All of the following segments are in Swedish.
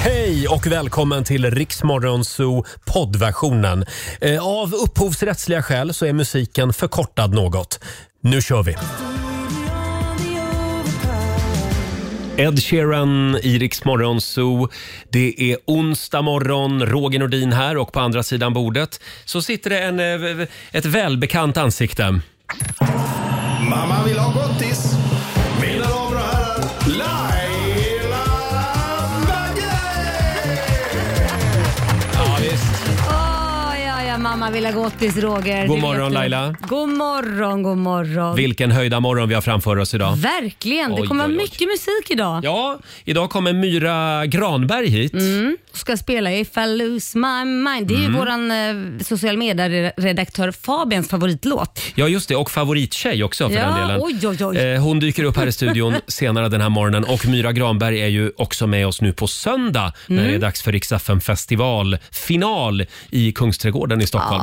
Hej och välkommen till Riksmorgonzoo poddversionen. Eh, Av upphovsrättsliga skäl så är musiken förkortad något. Nu kör vi! Ed Sheeran i Rix Morgon Zoo. Det är onsdag morgon, Roger Nordin här och på andra sidan bordet så sitter det en, eh, v- ett välbekant ansikte. Mamma vill ha gottis. Mina damer och herrar, Laila Bagge! Ja, visst. Åh, ja, ja, mamma vill ha gottis, Roger. God Det morgon, vet du. Laila. God morgon, god morgon. Vilken höjda morgon vi har framför oss idag. Verkligen. Oj, Det kommer oj, oj. vara mycket musik idag. Ja, idag kommer Myra Granberg hit. Ska spela If I lose my mind. Det är Mm. ju våran eh, social medieredaktör Fabians favoritlåt. Ja, just det. Och favorittjej också för Ja, den delen. oj, oj, oj. Eh, Hon dyker upp här i studion senare den här morgonen. Och Myra Granberg är ju också med oss nu på söndag när det Mm. är dags för Rix festival final i Kungsträdgården i Stockholm.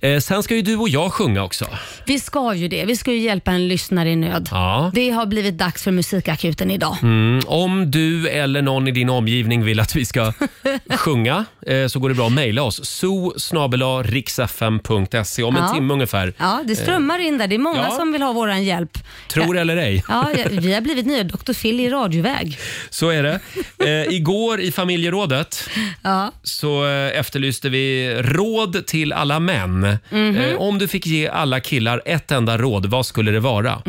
Eh, Sen ska ju du och jag sjunga också. Vi ska ju det. Vi ska ju hjälpa en lyssnare i nöd. Ja. Det har blivit dags för musikakuten idag. Mm, Om du eller någon i din omgivning vill att vi ska sjunga eh, så går det bra att mejla oss. zoo riksfm.se Om en Ja. timme ungefär. Ja, det strömmar in där. Det är många Eh. ja. som vill ha våran hjälp. Tror ja. eller ej. Ja, ja, vi har blivit nya Dr. Phil i radioväg. Så är det. Eh, igår i familjerådet Ja. så eh, efterlyste vi råd till alla män. Eh, om du fick ge alla killar ett enda råd, vad skulle det vara?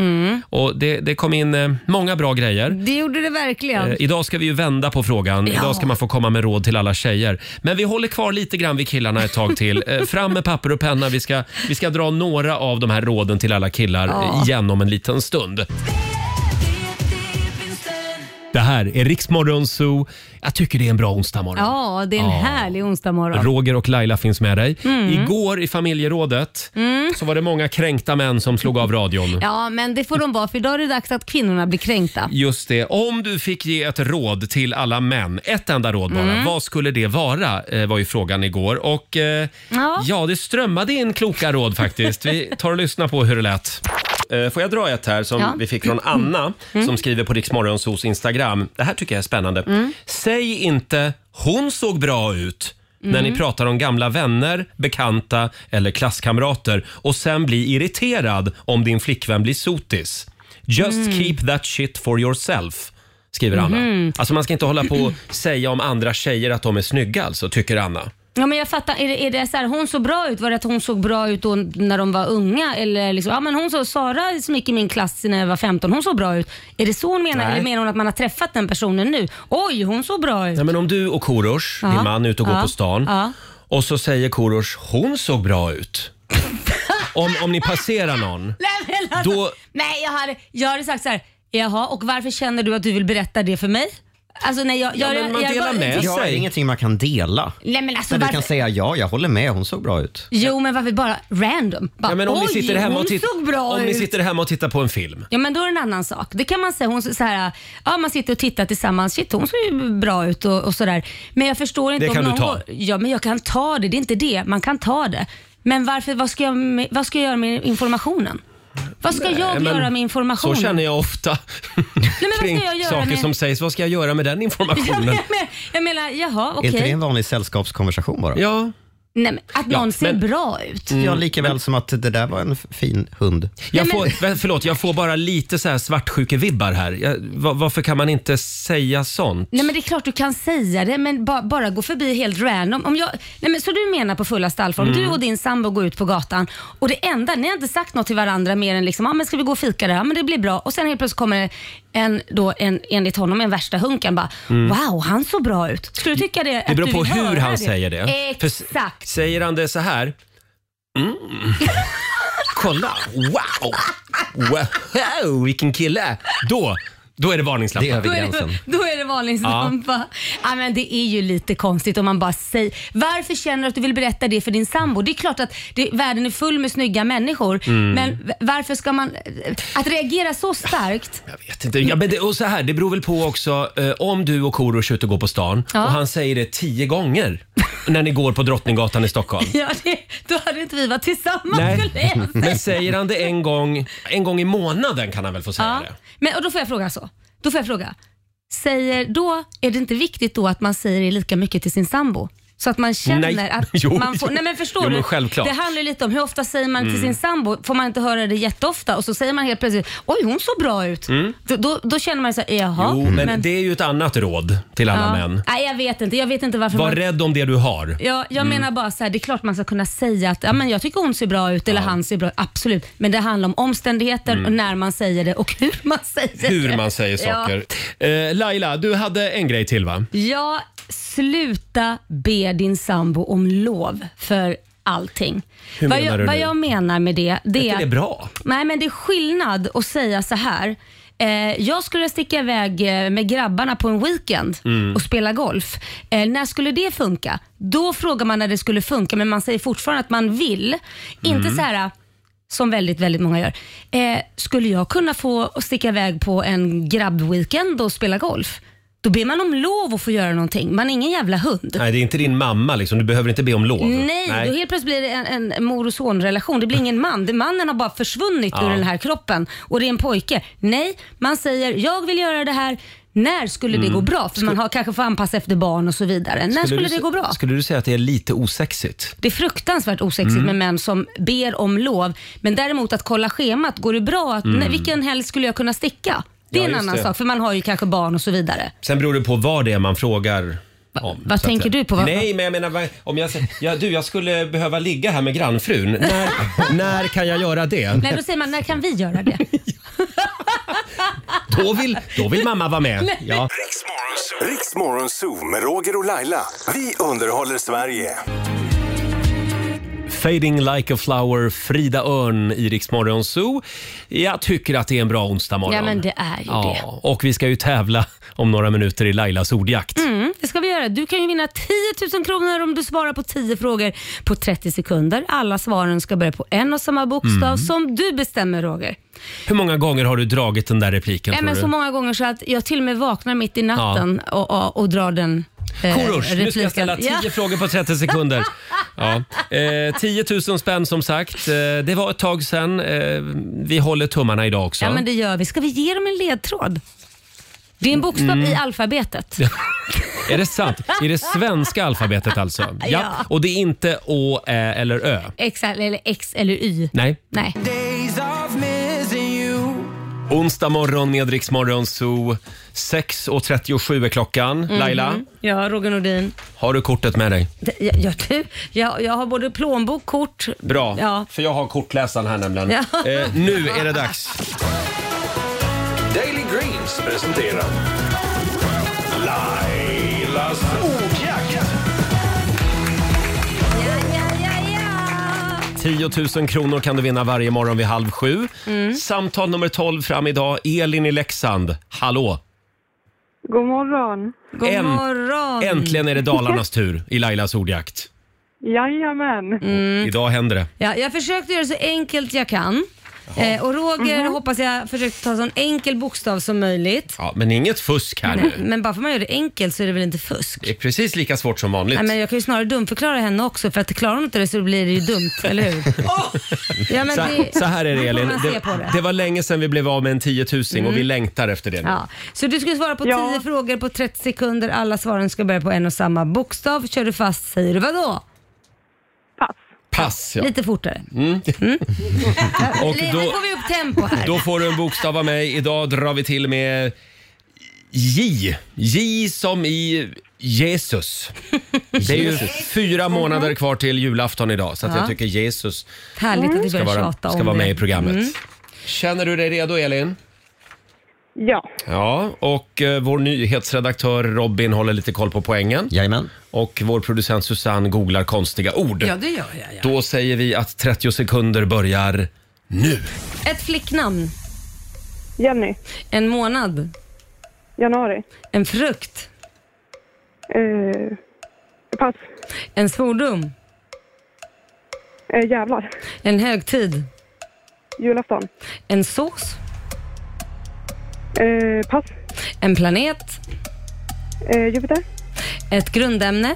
Och det, det kom in eh, många bra grejer. Det gjorde det verkligen. Eh, Idag ska vi ju vända på frågan. Idag ska man få komma med råd till alla tjejer. Men vi håller kvar lite grann vid killarna ett tag till. Eh, Fram med papper och penna. Vi ska, vi ska dra några av de här råden till alla killar eh, igen om en liten stund. Det här är Riksmorgon Zoo. Jag tycker det är en bra onsdagmorgon. Ja, det är en härlig onsdagmorgon. Roger och Laila finns med dig. Igår i familjerådet så var det många kränkta män som slog av radion. Ja, men det får de vara för idag är det dags att kvinnorna blir kränkta. Just det. Om du fick ge ett råd till alla män, ett enda råd bara, vad skulle det vara? eh, var ju frågan igår. Och eh, ja. Ja. det strömmade in kloka råd faktiskt. Vi tar och lyssnar på hur det lät. Eh, Får jag dra ett här som Ja. Mm. vi fick från Anna som skriver på Riksmorgonsos Instagram. Det här tycker jag är spännande. Mm. Säg inte “hon såg bra ut” när Mm. ni pratar om gamla vänner, bekanta eller klasskamrater och sen bli irriterad om din flickvän blir sotis. Just Mm. keep that shit for yourself. Skriver Anna. Alltså man ska inte hålla på och säga om andra tjejer att de är snygga alltså, tycker Anna. Ja, men jag fattar. Är det, är det så här, hon såg bra ut? Var det att hon såg bra ut då när de var unga? Eller liksom, ja, men hon såg, Sara som gick i min klass när jag var 15, hon såg bra ut. Är det så hon menar? Nej. Eller menar hon att man har träffat den personen nu? Oj, hon såg bra ut. Nej, men om du och Korosh, Ja. din man, är ute och går Ja. på stan Ja. och så säger Korosh “hon såg bra ut”. om, om ni passerar någon. Nej, men alltså, Då- nej jag, hade, jag hade sagt så här. jaha, och varför känner du att du vill berätta det för mig? Alltså, nej, jag, Ja, jag, men man jag, delar jag, med Ja, det sig. är ingenting man kan dela. Nej, men alltså, Men du varför- kan säga ja, jag håller med, hon såg bra ut. Jo, men varför bara random? Bara, Ja, men om Oj, ni sitter hemma och hon titt- såg bra om ut. ni sitter hemma och tittar på en film. Ja men då är det en annan sak. Det kan man säga. Hon, så här, ja, man sitter och tittar tillsammans. Shit hon ser ju bra ut och, och sådär. Men jag förstår inte Det om kan du någon ta. går- Ja men jag kan ta det. Det är inte det. Man kan ta det. Men varför, vad, ska jag, med- vad ska jag göra med informationen? Vad ska jag Nej, men göra med informationen? Så känner jag ofta ska kring jag göra saker med- som sägs. Vad ska jag göra med den Ja, men informationen? jag, men, jag menar, jaha Är okej. inte det en vanlig sällskapskonversation bara? Mm. Ja, Nej, men Att någon Ja, ser men- bra ut. Ja, lika väl som att det där var en f- fin hund. jag Nej, men- får, vä- förlåt, jag får bara lite så här svartsjukevibbar här. Jag, va- varför kan man inte säga sånt? Nej men det är klart du kan säga det men ba, bara gå förbi helt random. Om jag, nej, men, så du menar på fullaste allvar, om Mm. du och din sambo går ut på gatan och det enda, ni har inte sagt något till varandra mer än liksom, ah, men ska vi gå och fika där? Ja men det blir bra. Och sen helt plötsligt kommer en, då, en, enligt honom, en värsta hunken bara, wow han såg bra ut. Skulle du tycka det? Mm. Det att beror du på vill hur höra han säger det. För s- Exakt. Säger han det så här? Mm. Kolla! Wow! Wow, vilken kille! Då, då är det varningslappar. Det är Då över är, det, gränsen. då är det varningslampa. Ja. men det är ju lite konstigt om man bara säger Varför känner du att du vill berätta det för din sambo? Det är klart att det, världen är full med snygga människor men v- varför ska man... eh, Att reagera så starkt. Jag vet inte. Ja, men det, och så här, det beror väl på också eh, om du och Korosh är ute och går på stan Ja. och han säger det tio gånger när ni går på Drottninggatan i Stockholm. Ja, det, då hade inte vi varit tillsammans Nej. skulle jag säga. Men säger han det en gång, en gång i månaden kan han väl få säga Ja. det? Men, och då får jag fråga så. Då får jag fråga. säger då, är det inte viktigt då att man säger det lika mycket till sin sambo? Så att man känner Nej. att Jo, man får... jo. Nej men förstår Jo, men du? självklart. Mm. Det handlar ju lite om hur ofta säger man till sin sambo? Får man inte höra det jätteofta och så säger man helt plötsligt oj hon såg bra ut. Då, då, då känner man ju såhär, jaha. Mm. Jo, men, det är ju ett annat råd till alla ja. män. Nej jag vet inte, jag vet inte varför Var man... rädd Mm. om det du har. Ja, jag menar bara så här, det är klart man ska kunna säga att ja, men jag tycker hon ser bra ut eller han ser bra ut, absolut. Men det handlar om omständigheter och när man säger det och hur man säger det. Mm. Hur man säger saker. Eh, Laila, du hade en grej till va? Ja, sluta be din sambo om lov för allting. Hur vad menar jag, du vad nu? jag menar med det, det Är är det att bra? Nej, men det är skillnad att säga så här. Eh, jag skulle sticka iväg eh, med grabbarna på en weekend och spela golf. Eh, när skulle det funka? Då frågar man när det skulle funka, men man säger fortfarande att man vill. Inte så här som väldigt, väldigt många gör. Eh, skulle jag kunna få sticka iväg på en grabbweekend och spela golf? Då ber man om lov att få göra någonting. Man är ingen jävla hund. Nej, det är inte din mamma liksom. Du behöver inte be om lov. Nej, då helt plötsligt blir det en, en mor och sonrelation. Det blir ingen man. Det, mannen har bara försvunnit Ja. ur den här kroppen och det är en pojke. Nej, man säger jag vill göra det här. När skulle det gå bra? För man har kanske får anpassa efter barn och så vidare. När skulle du, det gå bra? Mm. Skulle du säga att det är lite osexigt? Det är fruktansvärt osexigt Mm. med män som ber om lov. Men däremot att kolla schemat. Går det bra? Att, nej, vilken helg skulle jag kunna sticka? Det är Mm. Ja, just en annan det. sak, för man har ju kanske barn och så vidare. Sen beror det på vad det är man frågar. Om, vad så att säga. tänker du på? Vad- Nej, men jag menar, vad- om jag säger, ja, du jag skulle behöva ligga här med grannfrun. När, när kan jag göra det? Nej, då säger man, när kan vi göra det? Då vill, då vill mamma vara med. Ja. Riksmorgon Zoo med Roger och Laila. Vi underhåller Sverige. Fading like a flower, Frida Örn i Rix Morgon Zoo. Jag tycker att det är en bra onsdag morgon. Ja, men det är ju det. Ja, och vi ska ju tävla om några minuter i Lailas ordjakt. Mm, det ska vi göra. Du kan ju vinna 10 000 kronor om du svarar på 10 frågor på 30 sekunder. Alla svaren ska börja på en och samma bokstav Mm. som du bestämmer Roger. Hur många gånger har du dragit den där repliken? Nej, tror men du? så många gånger så att jag till och med vaknar mitt i natten och, och, och drar den eh, Korosh, nu ska jag ställa 10 Ja. frågor på 30 sekunder. Ja. Eh, 10 000 spänn som sagt. Eh, det var ett tag sedan. Eh, vi håller tummarna idag också. ja men det gör vi. Ska vi ge dem en ledtråd? Det är en bokstav Mm. i alfabetet. Är det sant? I det svenska alfabetet alltså? Ja. Ja. Och det är inte Å, Ä eller Ö? X eller, X eller Y. Nej. Nej. Onsdag morgon med Rix Morgon Zoo. 6.37 är klockan. Mhm. Laila, Ja, Roger Nordin. har du kortet med dig? Det- Ja, ja, du, jag, jag har både plånbok, kort. Bra, Ja. för jag har kortläsaren här nämligen. Ja. Eh, nu är det dags. Daily Greens presenterar Lailas ordjakt. 10 000 kronor kan du vinna varje morgon vid halv sju. Mm. Samtal nummer 12 fram idag. Elin i Leksand. Hallå! God morgon. God Änt- morgon. Äntligen är det Dalarnas tur i Lailas ordjakt. Jajamän. Mm. Idag händer det. Ja, jag försökte göra det så enkelt jag kan. Eh, och Roger Mhm. hoppas jag försökte ta så en enkel bokstav som möjligt. Ja, men inget fusk här Nej, nu. men bara för att man gör det enkelt så är det väl inte fusk? Det är precis lika svårt som vanligt. Nej, men jag kan ju snarare dumförklara henne också för att klarar hon inte det så blir det ju dumt, eller hur? Ja, men det- Oh! så, så här är det man får Elin. väl se Det, på det. Mm. det var länge sedan vi blev av med en tiotusing och vi längtar efter det nu. Ja. Så du ska svara på 10 Ja. frågor på 30 sekunder. Alla svaren ska börja på en och samma bokstav. Kör du fast säger du vadå? Pass. Pass ja. Lite fortare. Och Nu då, får vi upp tempo här. då får du en bokstav av mig. Idag drar vi till med J. J som i Jesus. Det är ju fyra månader kvar till julafton idag så att jag Mm. Ja. tycker Jesus Härligt att vi ska börjar vara, tjata om ska vara det. Mm. med i programmet. Känner du dig redo Elin? Ja. Ja, och eh, vår nyhetsredaktör Robin håller lite koll på poängen. Jajamän. Och vår producent Susanne googlar konstiga ord. Ja, det gör jag. Ja. Då säger vi att 30 sekunder börjar nu. Ett flicknamn. Jenny. En månad. Januari. En frukt. Eh, pass. En svordom. Eh, jävlar. En högtid. Julafton. En sås. Eh, pass. En planet. Eh, Jupiter. Ett grundämne.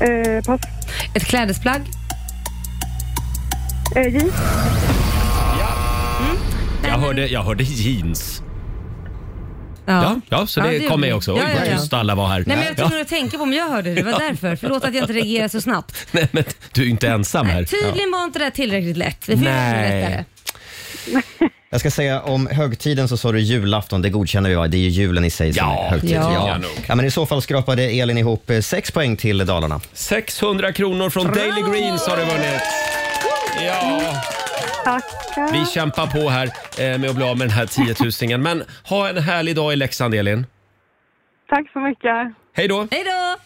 Eh, pass. Ett klädesplagg. Eh, J. Jag hörde, jag hörde jeans. Ja, ja, så det, Ja, det kom med gjorde också. vi. Oj, Ja, vad ja, ja. tyst alla var här. Nej, men jag var ja. tvungen att tänka på om jag hörde det. Det var därför. Förlåt att jag inte reagerade så snabbt. Nej, men du är ju inte ensam här. Tydligen var inte det här tillräckligt lätt. Vi får göra det Nej. lättare. Jag ska säga om högtiden så sa du julafton, det godkänner vi va? Det är ju julen i sig som Ja, är högtid. Ja. ja, nog. ja, men i så fall skrapade Elin ihop eh, sex poäng till Dalarna. 600 kronor från Daily Greens har du vunnit. Ja, Tackar. vi kämpar på här eh, med att bli av med den här 10 000 Men ha en härlig dag i Leksand, Elin. Tack så mycket. Hej då! Hej då!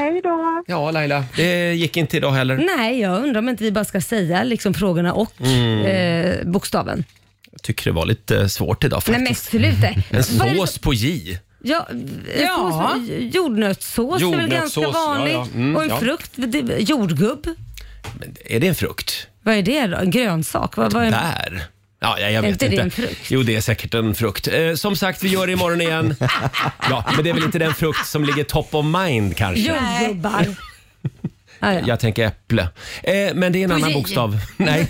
Hej då. Ja, Laila, det gick inte idag heller. Nej, jag undrar om inte vi bara ska säga liksom frågorna och Mm. eh, bokstaven. Jag tycker det var lite svårt idag Nej faktiskt. men sluta. En Vad är det- sås på J. Ja, Ja. ja. Jordnötssås är väl ganska Jordnötssås, ja, vanligt. ja. Mm, och en ja. frukt, det- jordgubb. Men Är det en frukt? Vad är det då? En grönsak? Vad, vad är en... Bär? Ja, jag, jag Är vet inte det inte. en frukt? Jo, det är säkert en frukt. Eh, som sagt, vi gör det imorgon igen. Ja, men det är väl inte den frukt som ligger top of mind kanske? Jordgubbar. ah, ja. Jag tänker äpple. Eh, men det är en annan J. bokstav. Nej.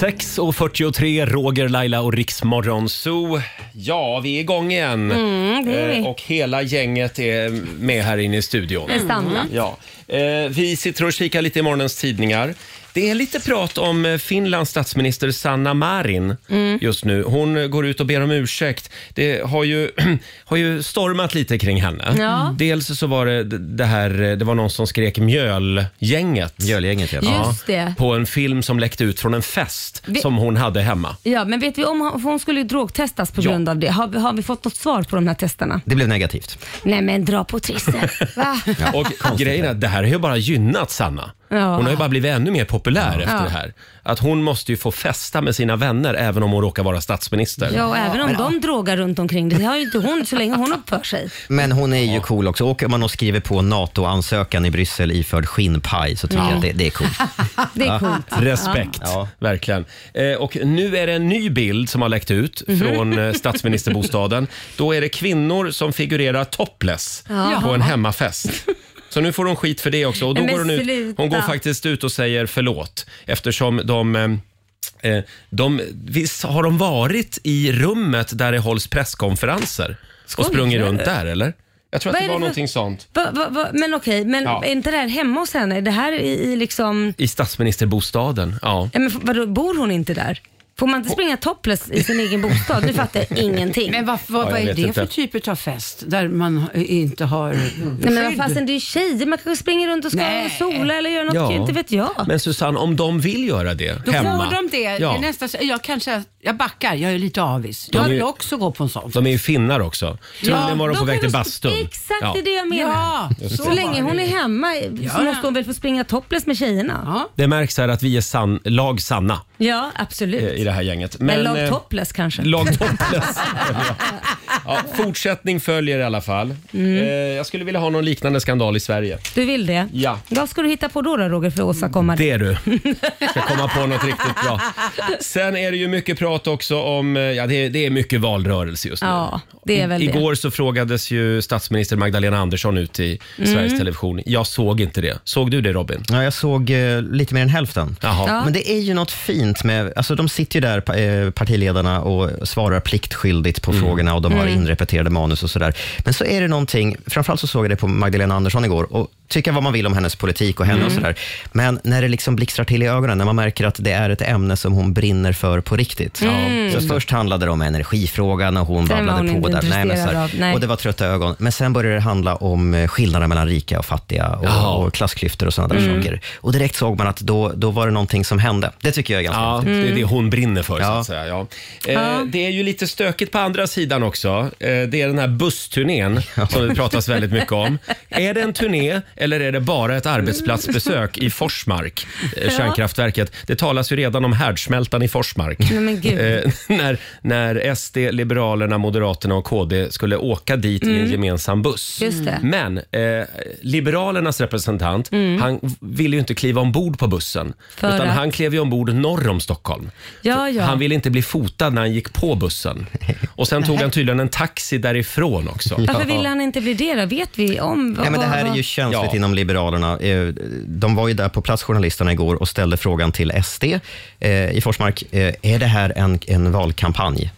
6.43, Roger, Laila och Riksmorgon Zoo. Ja, vi är igång igen. Mm, det är vi. Eh, och hela gänget är med här inne i studion. En standard. Ja. Eh, vi sitter och kikar lite i morgonens tidningar. Det är lite prat om eh, Finlands statsminister Sanna Marin Mm. just nu. Hon eh, går ut och ber om ursäkt. Det har ju, har ju stormat lite kring henne. Ja. Dels så var det d- det här, eh, det var någon som skrek mjölgänget. Mjölgänget ja. Ja, Just det. På en film som läckte ut från en fest Vi- som hon hade hemma. Ja, men vet vi om hon, för hon skulle ju drogtestas på Ja. grund av det. Har, vi- har vi fått något svar på de här testerna? Det blev negativt. Nej men dra på trissen. Va? Och grejen är, att det här har ju bara gynnat Sanna. Ja. Hon har ju bara blivit ännu mer populär efter Ja. det här. Att hon måste ju få festa med sina vänner även om hon råkar vara statsminister. Ja, och även om de drogar runt omkring det, det har ju inte hon så länge hon uppför sig. Men hon är ju cool också. Åker man och skriver på NATO-ansökan i Bryssel iförd skinnpaj så tycker jag att det, det är coolt. Det är coolt. Respekt, Ja. verkligen. Eh, och nu är det en ny bild som har läckt ut Mhm. från eh, statsministerbostaden. Då är det kvinnor som figurerar topless på en hemmafest. Så nu får hon skit för det också. Och då Men går hon, ut, sluta. hon går faktiskt ut och säger förlåt eftersom de eh, eh, de, visst har de varit i rummet där det hålls presskonferenser och Skojar sprungit du? runt där eller? Jag tror att Vad det är var det för- någonting sånt. Va, va, va, men okej, men Ja. är inte det här hemma hos henne? Är det här i, i liksom... I statsministerbostaden, ja. Ja, men f- vadå, bor hon inte där? Får man inte springa topless i sin egen bostad? Nu fattar jag ingenting. Men Nej, vad, vad, Ja, vad jag är vet det för inte. typ av fest där man eh, inte har men vad skydd? fasen, det är ju tjejer. Man kanske springer runt och ska Nej. sola eller göra något Ja. kul. Inte vet jag. Men Susanne, om de vill göra det Då hemma. får de det. det är nästa, jag kanske, jag backar, jag är lite avis. De Jag är- vill också gå på en sån. De är ju finnar också. Troligen var de då på väg kan till du- bastun. Exakt, Ja. det är det jag menar. Ja, så, så länge var hon det. är hemma så Ja. måste hon väl få springa topless med tjejerna? Ja, Ja. Det märks här att vi är san, lag sanna eh, absolut. i det här gänget. Men eh, lag topless kanske? Lag topless. ja. Ja, fortsättning följer i alla fall. Eh, Mm. jag skulle vilja ha någon liknande skandal i Sverige. Du vill det? Ja. Vad ska du hitta på då, då Roger för att åstadkomma det? Det är du. Ska komma på något riktigt bra. Sen är det ju mycket prat också om, eh, ja det är, det är mycket valrörelse just nu. Ja, det är väl I, det. igår så frågades ju statsminister Magdalena Andersson ut i Mm. Sveriges Television. Jag såg inte det. Såg du det Robin? Ja, jag såg eh, lite mer än hälften. Jaha. Ja. Men det är ju något fint med, alltså de sitter ju där, pa- eh, partiledarna, och svarar pliktskyldigt på frågorna och de Mm. har inrepeterade manus och sådär. Men så är det någonting, framförallt så såg jag det på Magdalena Andersson igår, och tycka vad man vill om hennes politik och henne och Mm. sådär. Men när det liksom blixtrar till i ögonen, när man märker att det är ett ämne som hon brinner för på riktigt. Så först handlade det om energifrågan och hon Sen var babblade hon på inte där. men intresserad så här- av- nej. Och det var trötta ögon. Men sen började det handla om eh, skillnaden mellan rika och fattiga och, Ja. och klassklyftor och sådana där Mm. saker. Och direkt såg man att då, då var det någonting som hände. Det tycker jag är ganska Ja, häftigt. det är Mm. det hon brinner för. Så Ja. att säga. Ja. Eh, Det är ju lite stökigt på andra sidan också. Eh, det är den här bussturnén som det pratas väldigt mycket om. Är det en turné eller är det bara ett arbetsplatsbesök i Forsmark, eh, kärnkraftverket? Det talas ju redan om härdsmältan i Forsmark. Nej, men gud. Eh, när, när SD, Liberalerna, Moderaterna och KD skulle åka dit i en gemensam buss. Mm. Just det. Men eh, Liberalernas representant, Mm. han ville ju inte kliva ombord på bussen. För utan att? han klev ju ombord norr om Stockholm. Ja, ja. Han ville inte bli fotad när han gick på bussen. Och sen tog han tydligen en taxi därifrån också. Varför vill han inte bli det då? Vet vi om? Nej, men det vad- här är vad- ju känsligt Ja. inom Liberalerna. Eh, De var ju där på plats, journalisterna, igår och ställde frågan till SD eh, i Forsmark. eh, Är det här en, en valkampanj?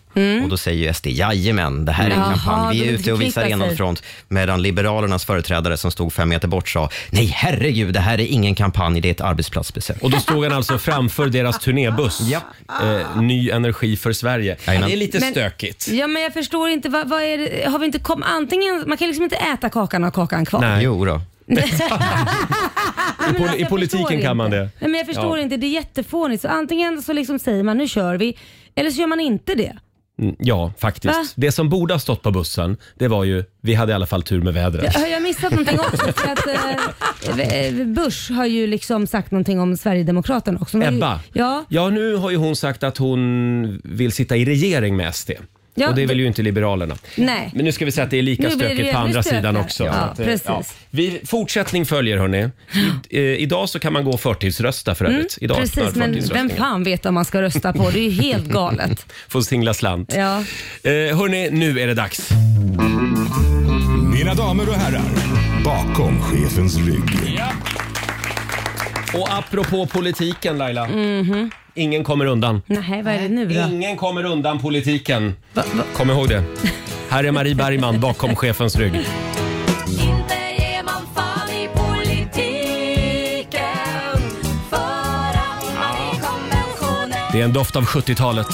Och då säger ju SD, jajamän, det här är en Mm. Jaha, kampanj. Vi de är vill ute och visar förknippa sig. enad front. Medan Liberalernas företrädare som stod fem meter bort sa, nej herregud, det här är ingen kampanj, det är ett arbetsplatsbesök. Och då stod han alltså framför deras turnébuss. Eh, ny energi för Sverige. Jajamän. Det är lite Men- stökigt. Ja, men jag förstår inte. Vad, vad är det? Har vi inte kom, antingen, man kan liksom inte äta kakan och ha kakan kvar. Nej. Jo då. Nej, men alltså, pol- i jag politiken förstår kan inte. man det. Nej, men jag förstår Ja. inte. Det är jättefånigt. Så antingen så liksom säger man nu kör vi, eller så gör man inte det. Mm, Ja, faktiskt. Va? Det som borde ha stått på bussen, det var ju vi hade i alla fall tur med vädret. Har jag missat någonting också? För att, eh, eh, Bush har ju liksom sagt någonting om Sverigedemokraterna också. Men- Ebba, Ja. ja, nu har ju hon sagt att hon vill sitta i regering med SD. Ja, och det vill det- ju inte Liberalerna. Nej. Men nu ska vi säga att det är lika Nu blir det stökigt på ännu andra stökigare. sidan också. Ja, Så att, eh, precis. Vi, fortsättning följer hörni. I, eh, idag så kan man gå och förtidsrösta för övrigt. idag öppnar Mm, Precis, men vem förtidsröstningen. fan vet vad man ska rösta på? Det är ju helt galet. Får singla slant. Ja. Eh, hörni, nu är det dags. Mina damer och herrar, bakom chefens rygg. Och apropå politiken Laila. Mhm. Ingen kommer undan. Nej, vad är det nu då? Ingen kommer undan politiken. Kom ihåg det. Här är Marie Bergman bakom chefens rygg. Inte ger man fan i politiken Förankrar man i konventionen Det är en doft av 70-talet.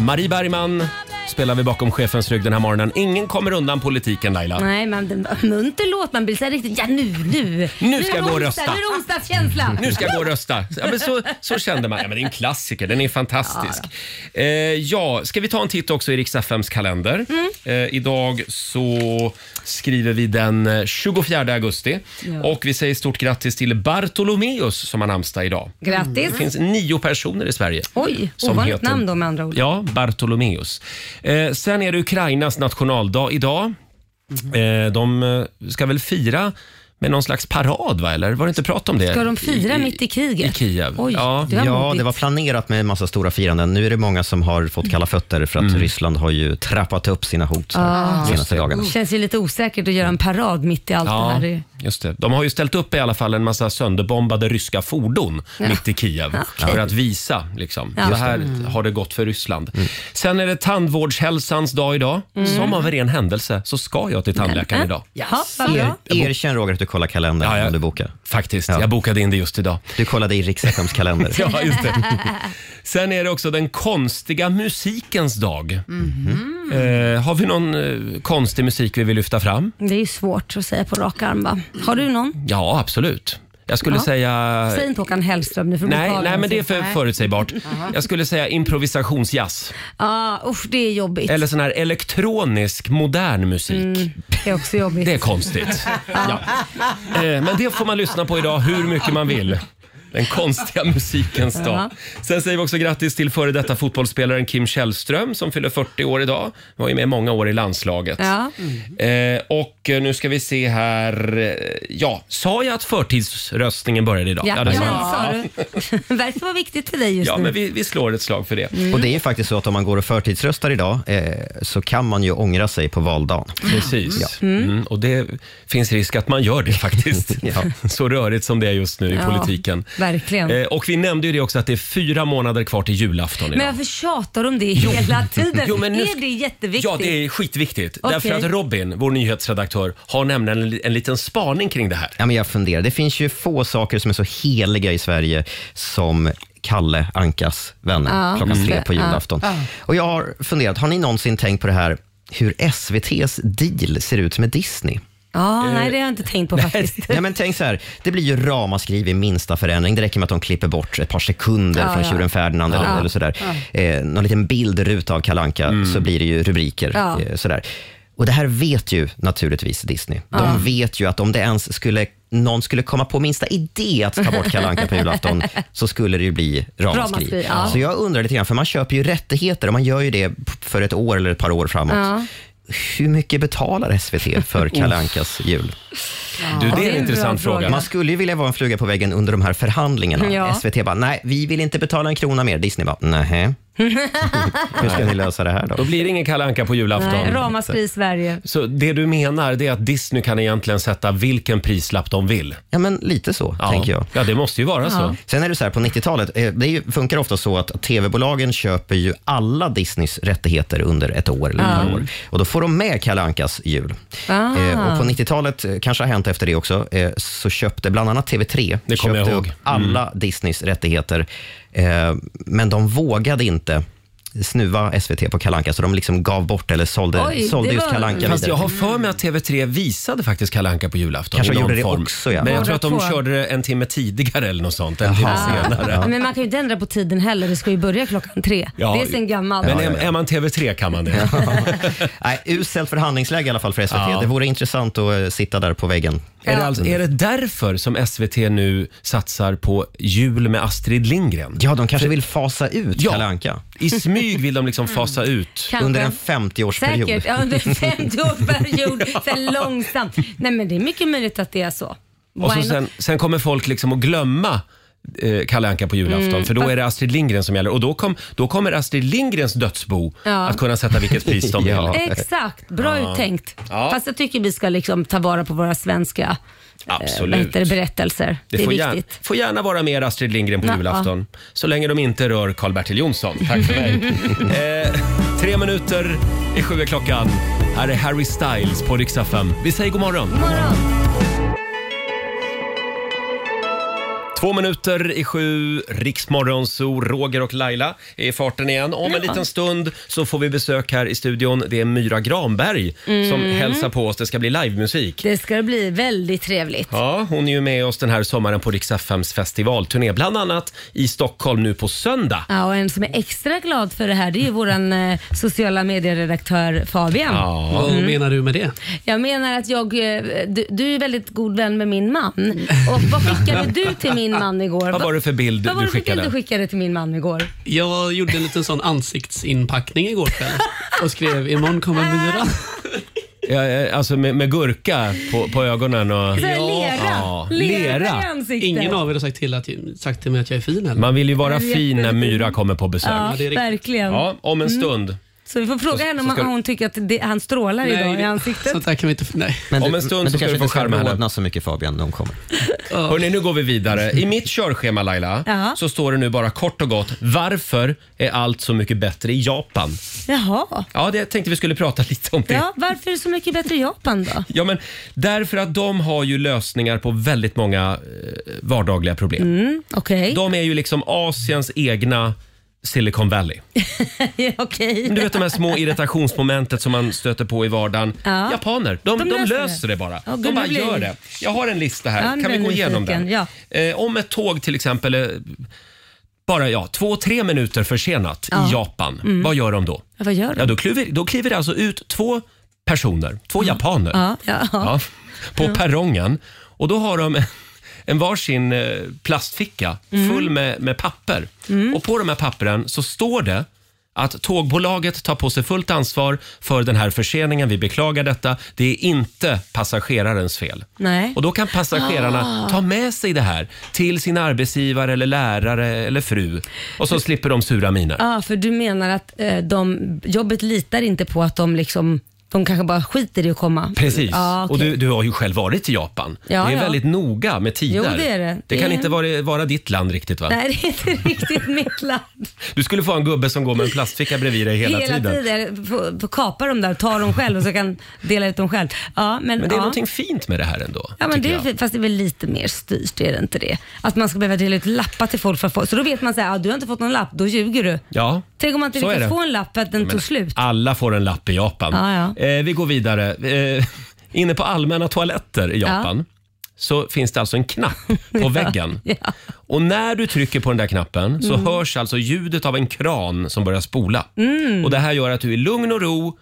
Marie Bergman spelar vi bakom chefens rygg den här morgonen. Ingen kommer undan politiken Laila. Nej, men det- munter låt. Man blir så här riktigt, ja nu, nu. Nu är ska jag det gå och onsdag, rösta. Nu är det onsdagskänsla. Nu ska jag gå och rösta. Ja, men så, så kände man. Ja, men det är en klassiker, den är fantastisk. Ja, eh, ja, ska vi ta en titt också i riks FMs kalender? Mm. Eh, idag så skriver vi den eh, 24 augusti. Och vi säger stort grattis till Bartolomeus som har namnsdag idag. Grattis. Det finns nio personer i Sverige. Mm. Oj, ovanligt namn då med andra ord. Ja, Bartolomeus. Eh, sen är det Ukrainas nationaldag idag. Mhm. Eh, de eh, ska väl fira med någon slags parad, va? eller? Var det inte prat om det? Ska de fira mitt i kriget? I Kiev. Oj, ja. det var Ja, modigt. det var planerat med en massa stora firanden. Nu är det många som har fått kalla fötter för att Mm. Ryssland har ju trappat upp sina hot ah, senaste dagarna. känns ju lite osäkert att göra en parad mitt i allt det Ja, här. Det- just det. De har ju ställt upp i alla fall en massa sönderbombade ryska fordon mitt i Kiev för att visa liksom. Så här Mm. har det gått för Ryssland. Sen är det tandvårdshälsans dag idag. Mm. Som av en ren händelse så ska jag till tandläkaren idag. Jaha, vad bra. Erkänn Roger att du kollar kalendern Ja, ja. om du bokar. Faktiskt, Ja. jag bokade in det just idag. Du kollade i Riks-FMs kalender. Ja, just det. Sen är det också den konstiga musikens dag. Mm-hmm. Eh, har vi någon eh, konstig musik vi vill lyfta fram? Det är ju svårt att säga på rak arm va? Har du någon? Ja, absolut. Jag skulle Ja. säga... Säg inte Håkan Hellström nu för Nej, nej, men det är för förutsägbart. Jag skulle säga improvisationsjazz. ah, usch, det är jobbigt. Eller sån här elektronisk, modern musik. Det är också jobbigt. Det är konstigt. Ja. Eh, Men det får man lyssna på idag hur mycket man vill. Den konstiga musikens dag. Sen säger vi också grattis till före detta fotbollsspelaren Kim Källström som fyller 40 år idag. Var ju med många år i landslaget. Ja. Eh, och eh, nu ska vi se här. eh, Ja, sa jag att förtidsröstningen började idag? det Ja, men sa jag. sa du. Verkar vara viktigt för dig just ja nu. men vi, vi slår ett slag för det. Och det är ju faktiskt så att om man går och förtidsröstar idag eh, så kan man ju ångra sig på valdagen. Precis. Mm, och det finns risk att man gör det faktiskt. Så rörigt som det är just nu i Ja, politiken. verkligen. Eh, och vi nämnde ju det också att det är fyra månader kvar till julafton idag. Men varför tjatar de det hela tiden? Jo, men nu- Är det jätteviktigt? Ja, det är skitviktigt. Okej. Därför att Robin, vår nyhetsredaktör, har nämligen en, li- en liten spaning kring det här. Ja, men jag funderar. Det finns ju få saker som är så heliga i Sverige som Kalle Ankas vänner Ja, klockan tre mm. på Ja. julafton. Och jag har funderat, har ni någonsin tänkt på det här hur SVTs deal ser ut med Disney? Ja, Ah, nej, det har jag inte tänkt på faktiskt. Ja, men tänk så här, det blir ju ramaskri vid minsta förändring. Det räcker med att de klipper bort ett par sekunder Ja, från ja. tjuren Ferdinand eller, eller sådär. Eh, någon liten bildruta av Kalanka så blir det ju rubriker. Ja. Eh, sådär. Och det här vet ju naturligtvis Disney. De vet ju att om det ens skulle någon skulle komma på minsta idé att ta bort Kalanka på julafton så skulle det ju bli ramaskri. Ramaskri, ja. Så jag undrar lite grann, för man köper ju rättigheter och man gör ju det p- för ett år eller ett par år framåt. Hur mycket betalar SVT för Kalankas jul? Du, det det är är en en intressant bra fråga. fråga. Man skulle ju vilja vara en fluga på väggen under de här förhandlingarna. Ja. SVT bara, nej, vi vill inte betala en krona mer. Disney bara, nähä. Hur ska ni lösa det här Då då? blir det ingen Kalle Anka på julafton. Nej, ramaskri i Sverige. Så det du menar det är att Disney kan egentligen sätta vilken prislapp de vill? Ja, men lite så, Ja, tänker jag. ja det måste ju vara så. Sen är det så här, på 90-talet, eh, det är ju- funkar ofta så att tv-bolagen köper ju alla Disneys rättigheter under ett år eller ett par Ah. år. Och då får de med Kalle Ankas jul. Ah. Eh, och på 90-talet, eh, kanske har hänt efter det också, eh, så köpte bland annat TV3 Det kommer jag köpte ihåg. Mm. upp alla Disneys rättigheter. Eh, men de vågade inte snuva SVT på Kalle Anka, så de liksom gav bort eller sålde, Oj, sålde det just var- Kalle Anka Fast vidare. jag har för mig att TV3 visade faktiskt Kalle Anka på julafton Kanske i någon gjorde det form. också, ja. Men jag tror att de Båda två. körde det en timme tidigare eller något sånt. En timme senare. Men man kan ju inte ändra på tiden heller. Det ska ju börja klockan tre. Ja. Det är sen gammalt. Men är, är man TV3 kan man det. Nej, uselt förhandlingsläge i alla fall för SVT. Ja. Det vore intressant att eh, sitta där på väggen. Är, det alltså, är det därför som SVT nu satsar på jul med Astrid Lindgren? Ja, de kanske vill fasa ut Ja. Kalle Anka I smyg vill de liksom fasa ut. Kanske. under en 50-årsperiod. Säkert, ja, under 50 års period. Sen långsamt. Nej men det är mycket möjligt att det är så. Och Why så not? sen, sen kommer folk liksom att glömma eh, Kalle Anka på julafton, för då är det Astrid Lindgren som gäller. Och då, kom, då kommer Astrid Lindgrens dödsbo Ja. att kunna sätta vilket pris de vill. Ja. Exakt, bra uttänkt. Ja. Fast jag tycker vi ska liksom ta vara på våra svenska eh, vad Absolut. heter det, berättelser. Det, är får, viktigt. gärna, får gärna vara mer Astrid Lindgren på Ja. julafton. Så länge de inte rör Karl-Bertil Jonsson. Tack för mig. eh, tre minuter i sju är klockan. Här är Harry Styles på Rix FM. Vi säger god morgon. God morgon. Två minuter i sju, Riksmorgonzoo, Roger och Laila är i farten igen. Om en liten stund så får vi besök här i studion. Det är Myra Granberg som Mm. hälsar på oss. Det ska bli livemusik. Det ska bli väldigt trevligt. Ja, hon är ju med oss den här sommaren på Rix FMs festivalturné. Bland annat i Stockholm nu på söndag. Ja, och en som är extra glad för det här det är ju våran eh, sociala medieredaktör Fabian. Ja. Vad menar du med det? Jag menar att jag, eh, du, du är väldigt god vän med min man. Och vad skickade du till min man igår? Vad var det för bild Vad var du det för bild skickade? du skickade till min man igår? Jag gjorde en liten sån ansiktsinpackning igår kväll och skrev imorgon Ah, kommer myran. Ja, eh, alltså med, med gurka på, på ögonen och... Så här, Ja. lera. Ja, lera. lera. i ansiktet. Ingen av er har sagt till, att, sagt till mig att jag är fin heller. Man vill ju vara Det är fin när jättefint. Myra kommer på besök. Ja, Mm. det är riktigt. verkligen. Ja, om en stund. Så vi får fråga henne om så ska du- hon tycker att det, han strålar idag i ansiktet. Sånt där kan vi inte... Nej. Men Om en stund men så ska kanske du få inte skärma henne. rodna så mycket Fabian när hon kommer. Ah, Hörni, nu går vi vidare. I mitt körschema Laila, Ja. så står det nu bara kort och gott varför är allt så mycket bättre i Japan? Jaha. Ja, det tänkte vi skulle prata lite om det. Ja. Ja, varför är det så mycket bättre i Japan då? men därför att de har ju lösningar på väldigt många eh, vardagliga problem. Okej. De är ju liksom Asiens egna Silicon Valley. Okej. Du vet de här små irritationsmomentet som man stöter på i vardagen. Ja. Japaner, de, de, De löser löser, det. det bara. Ja, de gud, bara nu blir gör jag- det. Jag har en lista Ja, här. nu Kan vi blir gå jag igenom den? nyfiken, Eh, om ett tåg till exempel är bara ja, två, tre minuter försenat i Japan. Mm. Vad gör de då? Ja, Vad gör Ja, du? då, kliver, då kliver det alltså ut två personer, två japaner, Mm. Ja, ja, ja. ja, på perrongen. Och då har de en varsin eh, plastficka Mm. full med, med papper. Och på de här pappren så står det att tågbolaget tar på sig fullt ansvar för den här förseningen. Vi beklagar detta. Det är inte passagerarens fel. Nej. Ah. Och då kan passagerarna ta med sig det här till sin arbetsgivare eller lärare eller fru. Och så slipper de sura miner. Ja, för du menar att eh, de, jobbet litar inte på att de liksom, de kanske bara skiter i att komma? Precis. Ja, Och okej. du, du har ju själv varit i Japan. Ja, det är ja. väldigt noga med tider. Jo, det är det. Det kan Det är- inte vara, vara ditt land riktigt va? Nej, det är inte riktigt mitt land. Du skulle få en gubbe som går med en plastficka bredvid dig hela, tiden. Får, får kapa dem där, ta dem själv och så kan dela ut dem själv. Ja, men, Men det är ja. någonting fint med det här ändå. Ja, men tycker det är, jag. väl- fast det är väl lite mer styrt, är det inte det? Att man ska behöva dela ut lappar till folk för att få, så då vet man såhär, ah, du har inte fått någon lapp, då ljuger du. Ja. Tänk om man inte Så är lyckas det. få en lapp för att den tog slut. Alla får en lapp i Japan. Ja, Eh, vi går vidare. Eh, inne på allmänna toaletter i Japan så finns det alltså en knapp på väggen. Ja. Och när du trycker på den där knappen så Mm. hörs alltså ljudet av en kran som börjar spola. Mm. Och det här gör att du i lugn och ro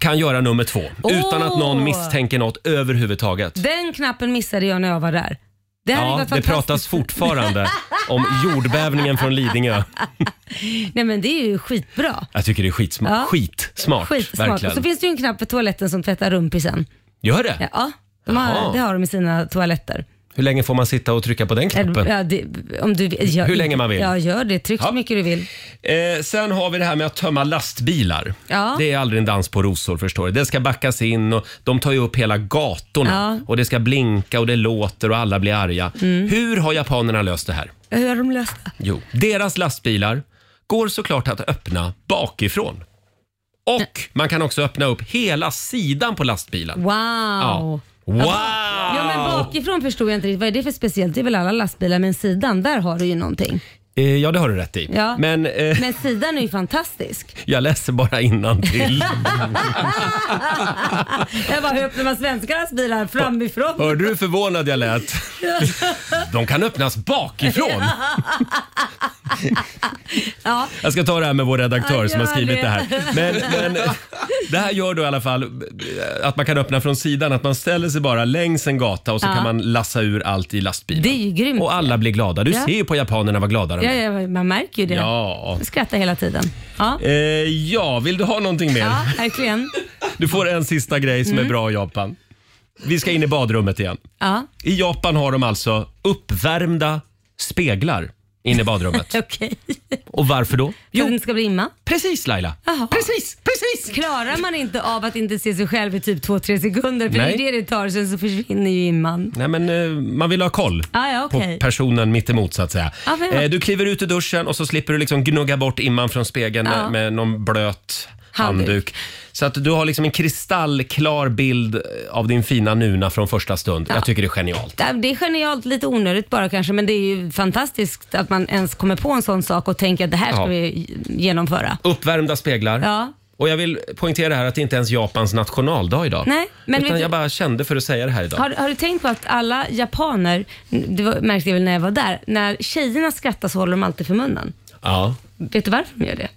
kan göra nummer två utan att någon Åh. misstänker något överhuvudtaget. Den knappen missade jag när jag var där. Det hade ja, varit det fantastiskt. pratas fortfarande om jordbävningen från Lidingö. Nej men det är ju skitbra. Jag tycker det är skitsmart. Ja. Skitsmart, Skitsmart. Och verkligen. så finns det ju en knapp på toaletten som tvättar rumpisen. Gör det? Ja, de har, Jaha. det har de i sina toaletter. Hur länge får man sitta och trycka på den knappen? Ja, det, om du, ja, Hur länge man vill. Ja, gör det. Tryck Ja. så mycket du vill. Eh, sen har vi det här med att tömma lastbilar. Ja. Det är aldrig en dans på rosor förstår du. Det ska backas in och de tar ju upp hela gatorna. Och det ska blinka och det låter och alla blir arga. Mm. Hur har japanerna löst det här? Hur har de löst det? Jo, deras lastbilar går såklart att öppna bakifrån. Och man kan också öppna upp hela sidan på lastbilen. Wow! Ja. Wow! Ja, men bakifrån förstod jag inte riktigt. Vad är det för speciellt? Det är väl alla lastbilar, men sidan, där har du ju någonting. Eh, ja, det har du rätt i. Ja. Men eh, Men sidan är ju fantastisk. jag läser bara innan till. Jag bara, hur öppnar man svenska lastbilar framifrån? Hörde du hur förvånad jag lät? De kan öppnas bakifrån. Ja. Jag ska ta det här med vår redaktör Ja, som har gör skrivit det här. det. Men, men, eh, det här gör då i alla fall eh, att man kan öppna från sidan, att man ställer sig bara längs en gata och så Ja. kan man lassa ur allt i lastbilen. Det är ju grymt. Och alla blir glada. Du Ja. ser ju på japanerna vad glada de Ja, är. ja, man märker ju det. Ja. Jag skrattar hela tiden. Ja, Eh, ja, vill du ha någonting mer? ja Mm. verkligen. Du får en sista grej som är bra i Japan. Vi ska in i badrummet igen. Ja, I Japan har de alltså uppvärmda speglar inne i badrummet. okej. Och varför då? För att det Jo, inte ska bli imma. precis Laila. Jaha. Precis, precis! Klarar man inte av att inte se sig själv i typ 2-3 sekunder, för Nej. det är det det tar, sen så försvinner ju imman. Nej, men eh, man vill ha koll Ah, ja, okej. på personen mitt emot så att säga. Ja, men ja. Eh, du kliver ut ur duschen och så slipper du liksom gnugga bort imman från spegeln Ja. med, med någon blöt handduk. Handduk. Så att du har liksom en kristallklar bild av din fina nuna från första stund. Jag tycker det är genialt. Ja, Det är genialt, lite onödigt bara kanske, men det är ju fantastiskt att man ens kommer på en sån sak och tänker att det här ska Ja. vi genomföra. Uppvärmda speglar. Ja. Och jag vill poängtera här att det inte ens är Japans nationaldag idag. Nej, men Utan vet du- jag bara kände för att säga det här idag. Har, har du tänkt på att alla japaner, det var, märkte jag väl när jag var där, när tjejerna skrattar så håller de alltid för munnen. Ja. Vet du varför de gör det?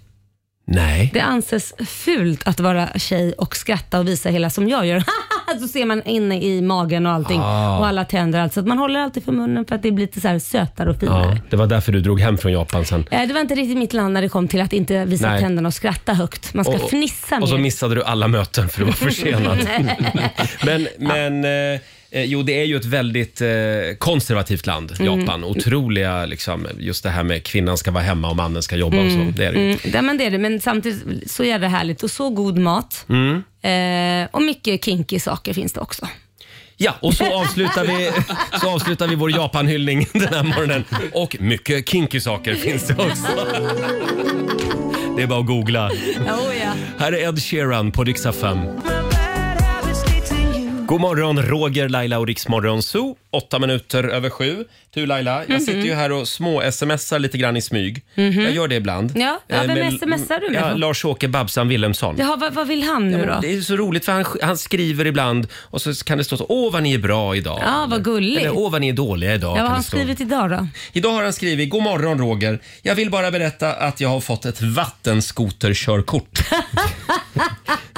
Nej. Det anses fult att vara tjej och skratta och visa hela som jag gör. så ser man inne i magen och allting Ah. och alla tänder. Alltså att man håller alltid för munnen för att det blir lite så här sötare och finare. Ja, det var därför du drog hem från Japan sen. Eh, Det var inte riktigt mitt land när det kom till att inte visa Nej. tänderna och skratta högt. Man ska Och- och- fnissa Och så mer. missade du alla möten för du var försenad. men men eh, eh, jo, det är ju ett väldigt eh, konservativt land, Mm. Japan. Otroliga, liksom, just det här med kvinnan ska vara hemma och mannen ska jobba och så. Det är det ju. Mm, ja, men det är det. Men samtidigt så är det härligt och så god mat. Mm. Eh, och mycket kinky saker finns det också. Ja, och så avslutar vi, så avslutar vi vår Japan-hyllning den här morgonen. Och mycket kinky saker finns det också. Det är bara att googla. Oh, ja. Här är Ed Sheeran på Riksa 5. God morgon, Roger, Laila och Riksmorgon Zoo. Åtta minuter över sju. Du Laila, Mhm. jag sitter ju här och små-smsar lite grann i smyg. Jag gör det ibland. Ja, ja, Eh, vem med- smsar du med? Ja, Lars-Åke Babsan Wilhelmsson. Jaha, vad, vad vill han nu då? Det är så roligt för han, sk- han skriver ibland och så kan det stå så åh vad ni är bra idag. Ja, vad gulligt. Eller åh vad ni är dåliga idag. Ja, kan vad har det han stå. skrivit idag då? Idag har han skrivit God morgon Roger. Jag vill bara berätta att jag har fått ett vattenskoterkörkort.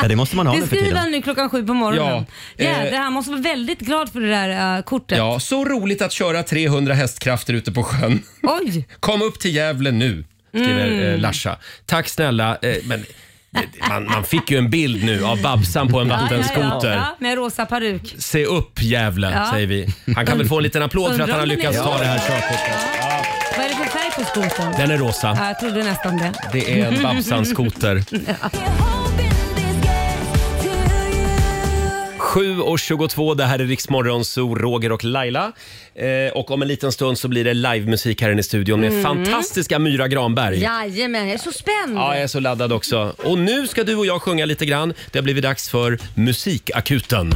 Ja, det måste man ha nu Det för skriver tiden. han nu klockan sju på morgonen. Ja, Ja, eh, Jädrar, han måste vara väldigt glad för det där eh, kortet. Ja, så roligt att köra 300 hästkrafter ute på sjön. Oj! Kom upp till Gävle nu, skriver eh, Mm. Larsa. Tack snälla. Eh, men, det- man, man fick ju en bild nu av Babsan på en Ja, ja, vattenskoter. ja, med rosa peruk. Se upp Gävle, Ja. säger vi. Han kan väl få en liten applåd för att Undrar han har om den lyckats är ta det här rosa. körkortet. Vad är det för färg på skotern? Den är Ja, rosa. jag trodde nästan det. Det är en Babsan-skoter. you 7.22, det här är Riksmorgon, så Roger och Laila. Eh, och om en liten stund så blir det livemusik här inne i studion med fantastiska Myra Granberg. Jajamän, jag är så spänd. Ja, jag är så laddad också. Och nu ska du och jag sjunga lite grann. Det har blivit dags för Musikakuten.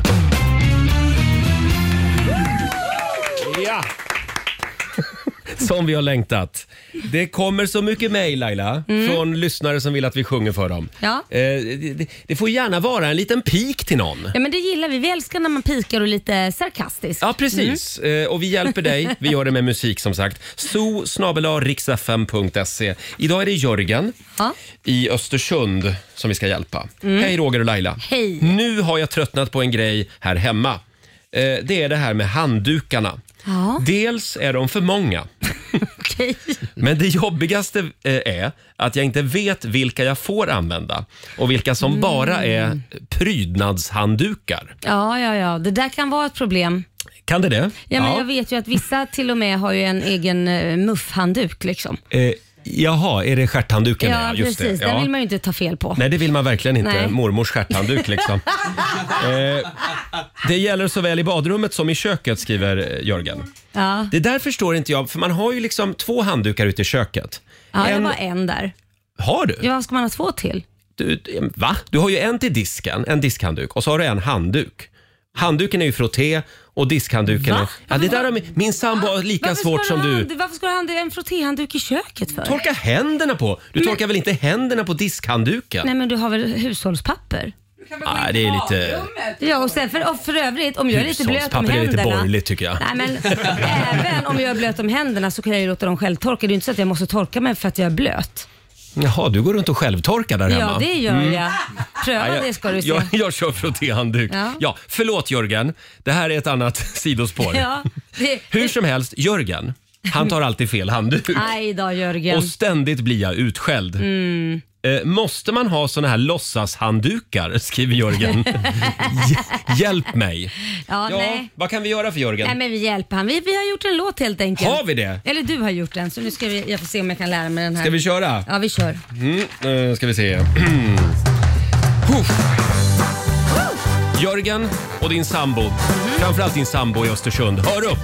Ja! Som vi har längtat. Det kommer så mycket mejl Laila, från lyssnare som vill att vi sjunger för dem. Ja. Eh, det, det- det får gärna vara en liten pik till någon. Ja, men det gillar vi. Vi älskar när man pikar och är lite sarkastisk. Ja, precis. Mm. Eh, och vi hjälper dig. Vi gör det med musik som sagt. so riksfm.se. Idag är det Jörgen Ja. Mm. i Östersund som vi ska hjälpa. Hej Roger och Laila. Hej. Nu har jag tröttnat på en grej här hemma. Eh, det är det här med handdukarna. Ja. Dels är de för många, Okej. men det jobbigaste eh, är att jag inte vet vilka jag får använda och vilka Mm. som bara är prydnadshanddukar. Ja, ja, ja. Det där kan vara ett problem. Kan det det? Ja, men Jag vet ju att vissa till och med har ju en egen eh, muffhandduk. Liksom. Eh, jaha, är det stjärthandduken? Ja, just precis. Det. Den Ja. vill man ju inte ta fel på. Nej, det vill man verkligen inte. Nej. Mormors stjärthandduk liksom. eh, det gäller såväl i badrummet som i köket, skriver eh, Jörgen. Ja. Det där förstår inte jag, för man har ju liksom två handdukar ute i köket. Ja, det En- var en där. Har du? Ja, vad ska man ha två till? du? du- Va? Du har ju en till disken, en diskhandduk, och så har du en handduk. Handduken är ju frotté och diskhandduken Va? är... Ja, det där har min, min sambo har lika Varför svårt ska som du ha du. hand- Varför ska du ha hand- en frottéhandduk i köket för? Torka händerna på! Du torkar väl inte händerna på diskhandduken? Nej, men du har väl hushållspapper? Nej, det är lite... Ja, och sen för, och för övrigt, om jag är lite blöt om Hushållspapper är lite händerna... borgerligt, tycker jag. Nej, men även om jag är blöt om händerna så kan jag ju låta dem självtorka. Det är ju inte så att jag måste torka mig för att jag är blöt. Jaha, du går runt och självtorkar där hemma? Mm. Ja, det gör jag. Pröva Ja, jag- det ska du se. Jag, jag kör frottéhandduk. Ja. Ja. ja, förlåt Jörgen. Det här är ett annat sidospår. Ja, det- Hur som helst, Jörgen, han tar alltid fel handduk. Aj då, Jörgen. Och ständigt blir jag utskälld. Mm. Eh, måste man ha såna här låtsashanddukar? Skriver Jörgen. Hj- Hjälp mig. Ja, nej. vad kan vi göra för Jörgen? Nej men vi hjälper han. Vi, vi har gjort en låt helt enkelt. Har vi det? Eller du har gjort den, så nu ska vi, jag får se om jag kan lära mig den här. Ska vi köra? Ja, vi kör. Mm, eh, ska vi se. Puff. Jörgen och din sambo, framförallt din sambo i Östersund, hör upp!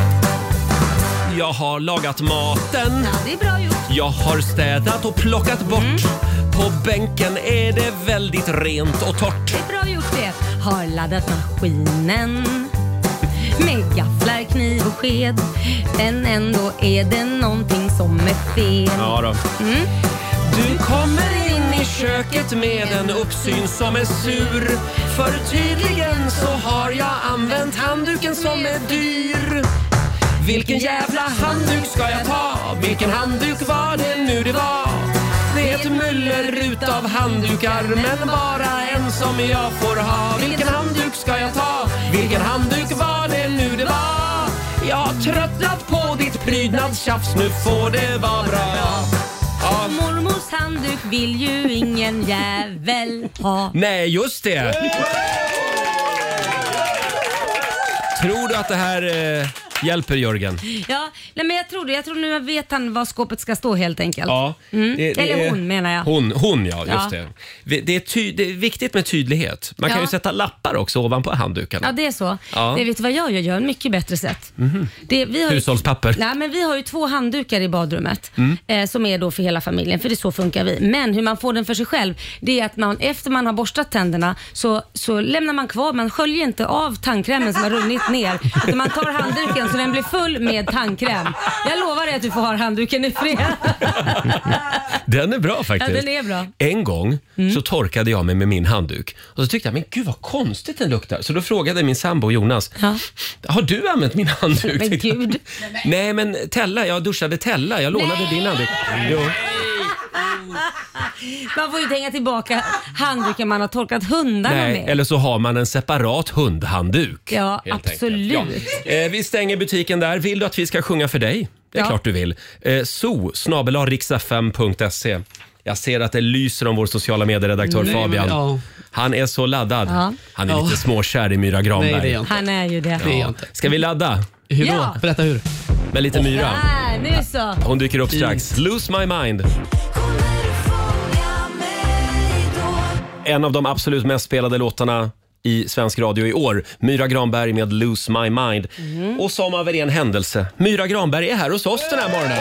Mm. Jag har lagat maten, Ja, det är bra gjort. jag har städat och plockat bort. På bänken är det väldigt rent och torrt. Det är bra gjort det. Har laddat maskinen med gafflar, kniv och sked. Men ändå är det någonting som är fel. Ja då. Mm. Du kommer in i köket med en uppsyn som är sur. För tydligen så har jag använt handduken som är dyr. Vilken jävla handduk ska jag ta? Vilken handduk var det nu det var? Det är ett myller utav handdukar men bara en som jag får ha. Vilken handduk ska jag ta? Vilken handduk var det nu det var? Jag har tröttnat på ditt prydnadstjafs, nu får det vara bra. Ja. Mormors handduk vill ju ingen jävel ha. Nej, just det! Tror du att det här eh, hjälper Jörgen? Ja, nej men jag tror det. Jag tror nu vet han var skåpet ska stå helt enkelt. Ja. Mm. Det- det Eller är- hon menar jag. Hon, hon ja, just Ja. det. Vi- Det är, ty, det är viktigt med tydlighet. Man kan Ja. ju sätta lappar också ovanpå handdukarna. Ja, det är så. Ja. Mhm. Det, vet du vad jag gör? Jag gör en mycket bättre sätt. Det, vi har ju- Hushållspapper. Mm. Nej, men vi har ju två handdukar i badrummet eh, som är då för hela familjen, för det är så funkar vi. Men hur man får den för sig själv, det är att man efter man har borstat tänderna så, så lämnar man kvar, man sköljer inte av tandkrämen som har runnit ner. Utan man tar handduken så den blir full med tandkräm. Jag lovar dig att du får ha handduken i fred. Den är bra faktiskt. Ja, den är bra. Mm. En gång så torkade jag mig med min handduk och så tyckte jag, men gud vad konstigt den luktar. Så då frågade min sambo Jonas, Ja. har du använt min handduk? Men Tyckte jag. gud. Nej men Tella, jag duschade Tella, jag lånade din handduk. Jo. Man får ju inte hänga tillbaka handduken man har torkat hundarna Nej, med. eller så har man en separat hundhandduk. Ja, helt enkelt. absolut. Ja. Eh, vi stänger butiken där. Vill du att vi ska sjunga för dig? Det är Ja. klart du vill. Eh, so riksfm.se. Jag ser att det lyser om vår sociala medieredaktör Nej, men- Fabian. ja. Han är så laddad. Ja. Han är Ja. lite småkär i Myra Granberg. Nej, det är jag inte. Han är ju det. Det är jag inte. Ska vi ladda Hur då? Ja. Berätta hur. med lite Myra? Ah, nu så. Hon dyker upp strax. Lose my mind. Kommer du fånga mig då? En av de absolut mest spelade låtarna i svensk radio i år. Myra Granberg med Lose My Mind. Och som av en ren händelse, Myra Granberg är här hos oss den här morgonen.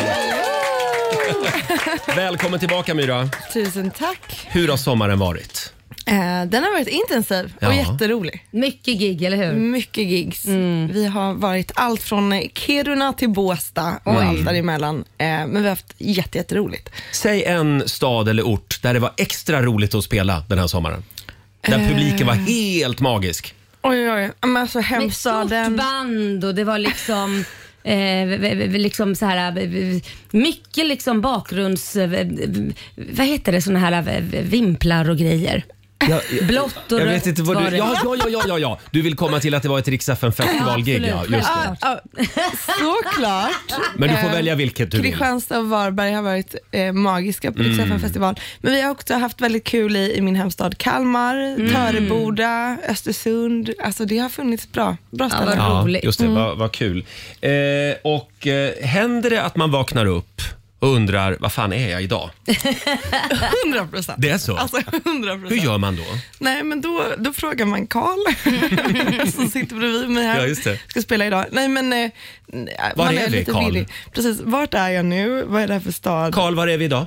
Välkommen tillbaka Myra. Tusen tack. Hur har sommaren varit? Eh, den har varit intensiv och Ja. jätterolig. Mycket gig, eller hur? Mm, Mycket gigs. Vi har varit allt från eh, Kiruna till Båstad och allt däremellan. Eh, men vi har haft jätte, jätteroligt. Säg en stad eller ort där det var extra roligt att spela den här sommaren. Där publiken var helt magisk. Oj, oj, oj. Men alltså Med stort hemstaden. band och det var liksom Eh, v- v- v- liksom så här, v- v- mycket liksom bakgrunds... eh, v- v- Vad heter det? Såna här eh, v- vimplar och grejer. Jag, Blått och jag rött vet inte vad var du... det. Ja, ja, ja, ja, ja, ja. Du vill komma till att det var ett Rix FM festivalgig. Ja, absolut. just det. Ja, ja, såklart. Men du får Eh, välja vilket du vill. Alltså, Kristianstad och Varberg har varit eh, magiska på Rix mm. festival Men vi har också haft väldigt kul i, i min hemstad Kalmar, Mm. Töreboda, Östersund. Alltså det har funnits bra, bra vad ställen. roligt. Ja, just det. Mm. Vad vad kul. Eh, och eh, händer det att man vaknar upp och undrar vad fan är jag idag? 100 procent. Det är så? Alltså 100 procent. Hur gör man då? Nej, men då, då frågar man Karl som sitter bredvid mig här. Ja, just det. Ska spela idag. Nej, men... Eh, Var man är vi, lite Karl? virrig. Precis. Vart är jag nu? Vad är det här för stad? Karl, var är vi idag?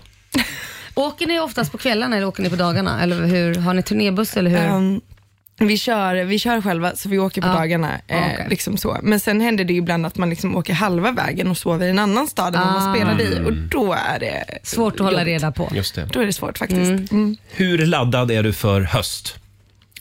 Åker ni oftast på kvällarna eller åker ni på dagarna? Eller hur? Har ni turnébuss eller hur? Ehm, vi, kör, vi kör själva, så vi åker på Ja. dagarna. Eh, Okej. liksom så. Men sen händer det ju ibland att man liksom åker halva vägen och sover i en annan stad än Ah. vad man spelade i. Och då är det Svårt att hålla jobbigt. reda på. Just det. Då är det svårt faktiskt. Mm. Hur laddad är du för höst?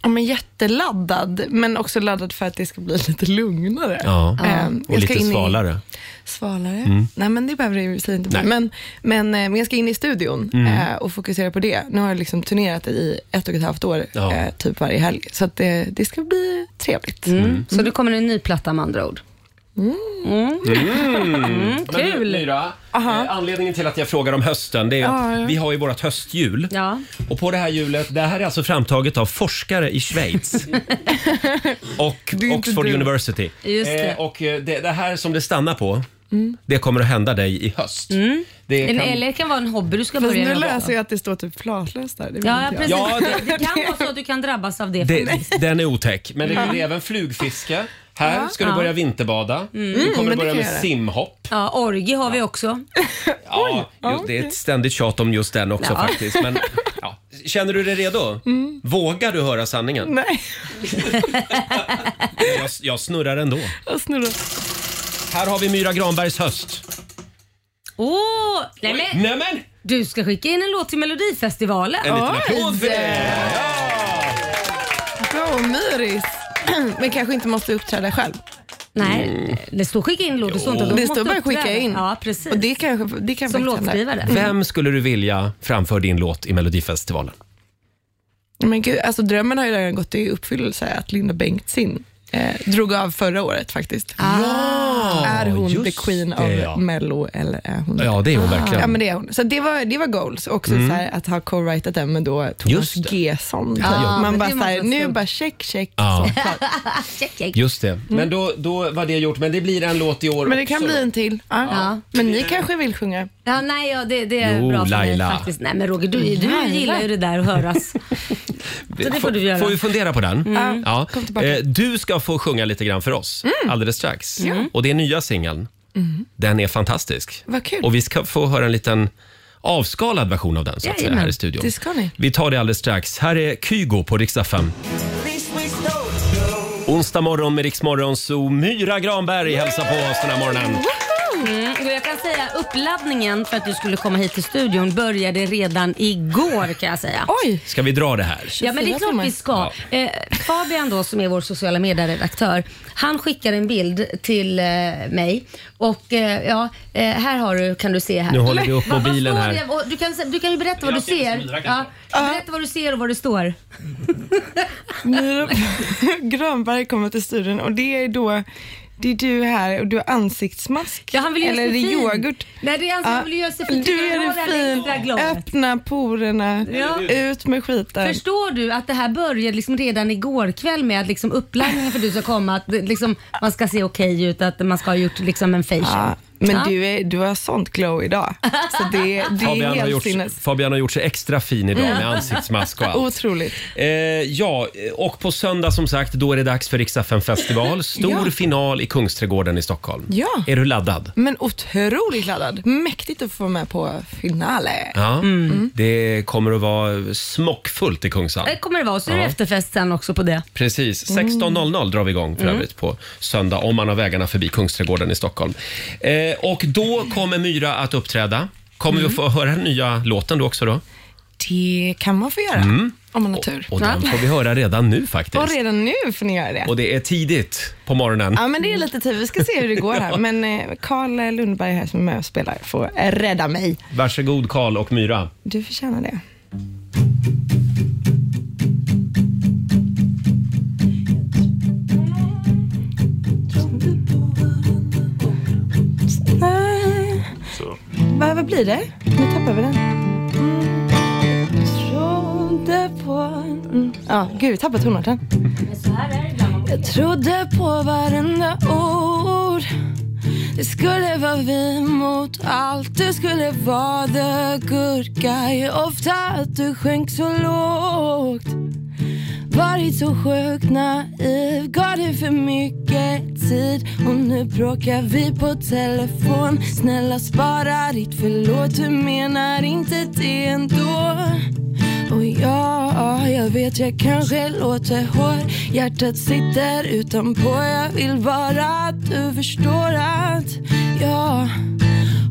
Ja, men jätteladdad, men också laddad för att det ska bli lite lugnare. Ja. Ehm, Och jag ska lite in i- svalare. Svalare? Nej, men det behöver det ju i och för sig inte bli. Mm. Nej. Mm. Men, men, eh, men jag ska in i studion eh, och fokusera på det. Nu har jag liksom turnerat i ett och ett halvt år, Ja. eh, typ varje helg. Så att det, det ska bli trevligt. Mm. Så det kommer en ny platta med andra ord? kul. Myra, eh, anledningen till att jag frågar om hösten det är att Ja, ja. vi har ju vårt hösthjul. Ja. Och på det här hjulet, det här är alltså framtaget av forskare i Schweiz och är inte Oxford du. University. Just det. Eh, och eh, det, det här som det stannar på, Mm. det kommer att hända dig i höst. Det En, kan- eller det kan vara en hobby du ska Fast börja nu jobba läser på. jag att det står typ platlös där. Det vill Ja, inte jag. precis. Ja, det... kan vara så att du kan drabbas av det. det, den är otäck. Men det blir även flugfiske. Här ska du börja vinterbada. Du kommer Mm. men det att börja kan med jag göra. simhopp. Ja, orgie har vi också. Ja, just, det är ett ständigt tjat om just den också Ja. faktiskt. Men, ja. Känner du dig redo? Vågar du höra sanningen? Mm. Nej, Jag, jag snurrar ändå. jag snurrar. Här har vi Myra Granbergs höst. Åh! nej men Nej men! du ska skicka in en låt till Melodifestivalen. En liten applåd för det! Bra, Myris. Men kanske inte måste uppträda själv. Mm. Nej, det står skicka in en låt. Det står inte att de Det måste står bara uppträda. skicka in. Ja, precis. Och det kanske, det kan Som faktiskt hända. låtskrivare. Mm. Vem skulle du vilja framför din låt i Melodifestivalen? Men gud, alltså drömmen har ju redan gått i uppfyllelse att Linda Bengtzing eh, drog av förra året faktiskt. Ja, är hon just the queen det, av ja. Mello eller är hon Ja, det är hon Ja, verkligen. men det är hon. Så det var, det var goals också så här, att ha co-writat den med då Just Thomas det. Gesson. Typ. Ja, men man bara det så måste här, vara nu skumt. bara check, check. Ja. Så, klart. Check, check. Just det. Men då, då var det gjort. Men det blir en låt i år Men det kan också. bli en till. Ja. Men ni kanske vill sjunga? Ja, nej, ja, det, det är Jo, bra för Laila. mig faktiskt. Nej, men Roger, du, du gillar ju det där att höras. Så det får du göra. Får vi fundera på den? Ja. Mm. kom tillbaka. Mm. Eh, Du ska få sjunga lite grann för oss alldeles strax. Mm. Och det är nya singeln. Den är fantastisk. Vad kul. Och vi ska få höra en liten avskalad version av den så att säga, Jajamän. här i studion. Det ska ni. Vi tar det alldeles strax. Här är Kygo på Rix FM. Onsdag morgon med Rix Morgon, så Myra Granberg hälsar på oss den här morgonen. Mm, och jag kan säga uppladdningen för att du skulle komma hit till studion började redan igår kan jag säga. Oj! Ska vi dra det här? Ja men det är 24 klart timmar. vi ska. Eh, Fabian då som är vår sociala medieredaktör, han skickar en bild till eh, mig och eh, ja, eh, här har du, kan du se här. Nu håller vi upp Vad- vad mobilen står här. det? Och Du kan, se- du kan ju berätta vad du ser det som ser. vidare, Ja, kanske. berätta vad du ser och vad det står. Myra Grönberg kommer till studion och det är då det är du här och du har ansiktsmask. Ja, han vill göra Eller är sig det fin. yoghurt? Nej, det är alltså, han Ja. vill göra sig fin. Du Jag är har det det här extra fin. glad. Öppna porerna. Ja. Ut med skiten. Förstår du att det här började liksom redan igår kväll med att liksom uppladdningen för du ska komma, att det liksom, man ska se okej ut, att man ska ha gjort liksom en facial. Ja, men Ja. Du, är, du har sånt glow idag. Så det, det är Fabian har, helt gjort, sinnes. Mm. Fabian har gjort sig extra fin idag med ansiktsmask och allt. Otroligt. Eh, ja, och på söndag som sagt, då är det dags för Riksaffen festival. Stor Ja. final i Kungsträdgården i Stockholm. Ja. Mm. Är du laddad? Men otroligt laddad. Mäktigt att få vara med på finale. Ja. Mm. Det kommer att vara smockfullt i Kungshamn. Det kommer det vara. Så är det Ja. efterfest sen också på det. Precis. Mm. 16.00 drar vi igång för övrigt på söndag om man har vägarna förbi Kungsträdgården i Stockholm. Eh, och då kommer Myra att uppträda. Kommer Mm. vi att få höra den nya låten då också? Då? Det kan man få göra Mm. om man har tur. Och den får vi höra redan nu faktiskt. Och redan nu får ni göra det. Och det är tidigt på morgonen. Ja, men det är lite tid. Vi ska se hur det går här. Men eh, Carl Lundberg här som är med och spelar får eh, rädda mig. Varsågod Karl och Myra. Du förtjänar det. vad blir det? Nu tappar vi den. Trodde på... Mm. Ja, gud, vi tappar tonarten. Jag trodde på varenda ord Det skulle vara vi mot allt Det skulle vara the good guy Ofta att du sjönk så lågt Varit så sjukt naiv Gav dig för mycket tid Och nu bråkar vi på telefon Snälla spara ditt förlåt Du menar inte det ändå och ja, jag vet jag kanske låter hård Hjärtat sitter utanpå Jag vill bara att du förstår att jag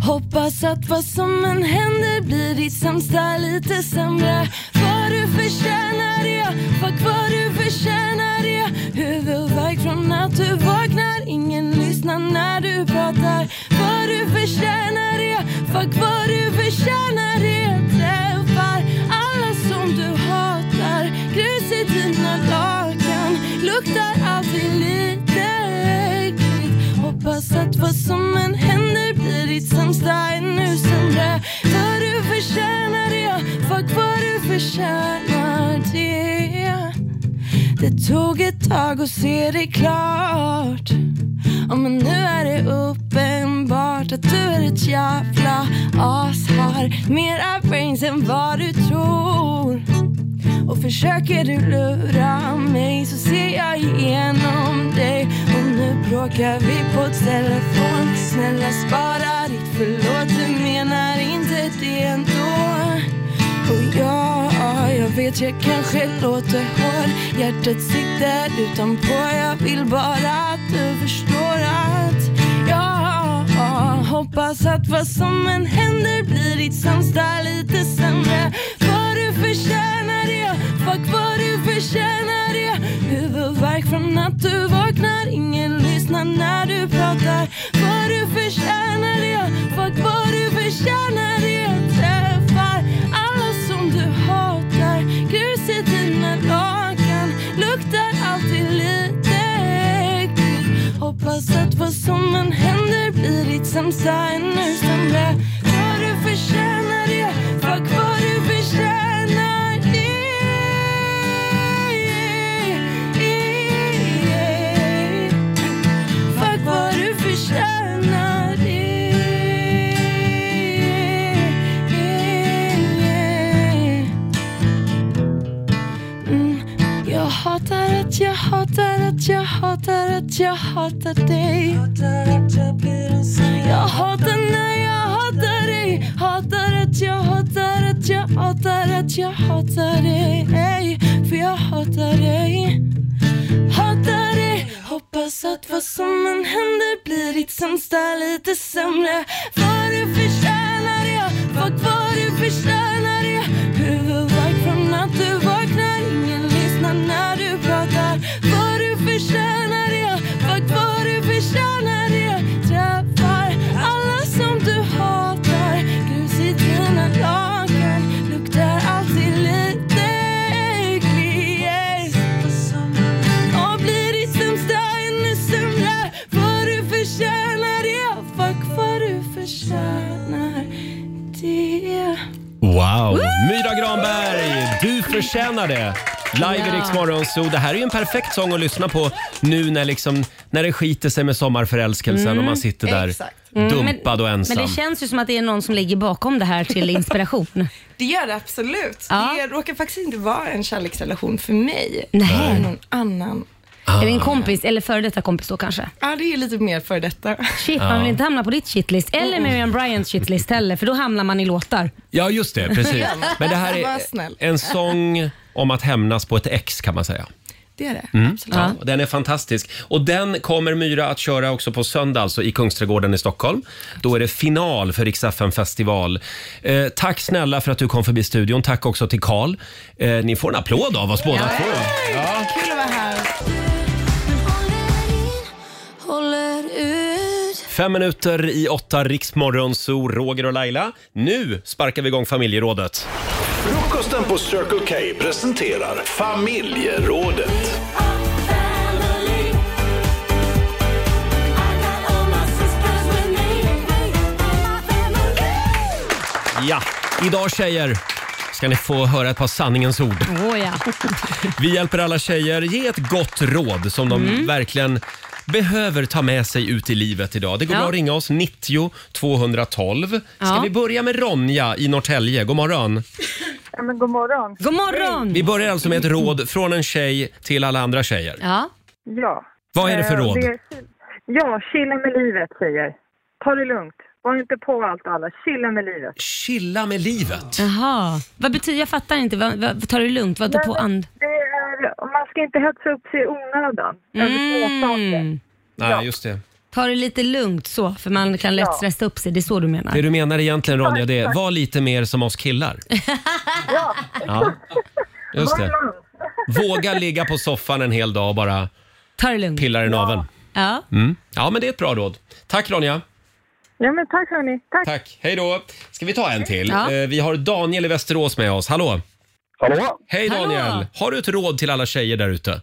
Hoppas att vad som än händer blir ditt sämsta lite sämre Vad du förtjänar det, fuck vad du förtjänar det Huvudvärk från att du vaknar, ingen lyssnar när du pratar Vad du förtjänar det, fuck vad du förtjänar det Träffar alla som du hatar Grus i dina lakan Luktar alltid lite äckligt Hoppas att vad som än händer blir ditt sämsta ännu sämre För du förtjänar det Fuck vad du förtjänar det Det tog ett tag att se det klart Ja, men nu är det uppenbart att du är ett jävla as Har mera brains än vad du tror Och försöker du lura mig så ser jag igenom dig Och nu bråkar vi på telefon Snälla spara ditt förlåt, du menar inte det ändå och ja, jag vet jag kanske låter hård Hjärtat sitter utanpå Jag vill bara att du förstår att jag Hoppas att vad som än händer blir ditt sämsta lite sämre Vad du förtjänar det, fuck vad du förtjänar det Huvudvärk från att du vaknar Ingen lyssnar när du pratar Vad du förtjänar det, fuck vad du förtjänar det Träffar alla som du hatar Grus i dina lakan Luktar alltid lite äckligt Hoppas att vad som än händer blir ditt sämsta ännu sämre Vad du förtjänar det Fuck vad du förtjänar det Fuck vad du förtjänar det Mm. Jag hatar att jag hatar att jag hatar att jag hatar dig Jag hatar när jag hatar dig Hatar att jag hatar att jag hatar att jag hatar dig Ey, För jag hatar dig Hatar dig Hoppas att vad som än händer blir ditt sämsta lite sämre Vad du förtjänar det Fuck vad du förtjänar det Huvudvärk från att du vaknar Ingen lyssnar när du pratar Vad du förtjänar det Fuck vad du förtjänar det Träffar alla som du hatar Grus i dina lakan Luktar alltid lite äckligt och blir ditt sämsta ännu sämre Vad du förtjänar det Fuck vad du förtjänar det Wow! Myra Granberg, du förtjänar det! Live i Rix Morgon Zoo. Det här är ju en perfekt sång att lyssna på nu när, liksom, när det skiter sig med sommarförälskelsen och man sitter där dumpad och ensam. Mm, Men det känns ju som att det är någon som ligger bakom det här till inspiration. Det gör det absolut. Ja. Det råkar faktiskt inte vara en kärleksrelation för mig. Nej. Det är någon annan. Ah. Är det en kompis, eller före detta kompis då kanske? Ja, det är lite mer för detta. Shit, man vill inte hamna på ditt shitlist Mm. eller Miriam Bryants shitlist heller för då hamnar man i låtar. Ja, just det. Precis. Men det här är Var snäll. en sång om att hämnas på ett ex kan man säga. Det är det. Absolut. Ja. Den är fantastisk. Och den kommer Myra att köra också på söndag alltså, i Kungsträdgården i Stockholm. Då är det final för Rix FM festival. Eh, tack snälla för att du kom förbi studion. Tack också till Karl. Eh, ni får en applåd av oss båda två. Kul att vara här. Fem minuter i åtta, Riksmorgon, Zoo, Roger och Laila. Nu sparkar vi igång familjerådet. Frukosten på Circle K presenterar Familjerådet. I got all my sisters with me. My family. Ja, idag tjejer ska ni få höra ett par sanningens ord. Åh ja. Vi hjälper alla tjejer. Ge ett gott råd som de Mm. verkligen behöver ta med sig ut i livet idag. Det går Ja. bra att ringa oss, 90 212. Ska Ja. vi börja med Ronja i Norrtälje? God morgon. Ja, men god morgon. God morgon! Vi börjar alltså med ett råd från en tjej till alla andra tjejer. Ja. Ja. Vad är det för Eh, råd? ja, chilla med livet säger. Ta det lugnt. Var inte på allt och alla. Chilla med livet. Chilla med livet? Jaha. Vad betyder, jag fattar inte. Vad, vad, ta det lugnt, var inte Nej, på men and... Det är, man ska inte hetsa upp sig i onödan. Mm. Nej, just det. Ta det lite lugnt så, för man kan lätt Ja. stressa upp sig. Det är så du menar. Det du menar egentligen Ronja, det är var lite mer som oss killar. Ja, Ja, just det. Var man. Våga ligga på soffan en hel dag och bara Ta det lugnt. pilla i naveln. Ja. Mm. Ja, men det är ett bra råd. Tack Ronja. Ja, men tack hörni. Tack. Tack. Hej då. Ska vi ta en till? Ja. Eh, Vi har Daniel i Västerås med oss. Hallå! Hallå! Hej Hallå. Daniel! Har du ett råd till alla tjejer där ute?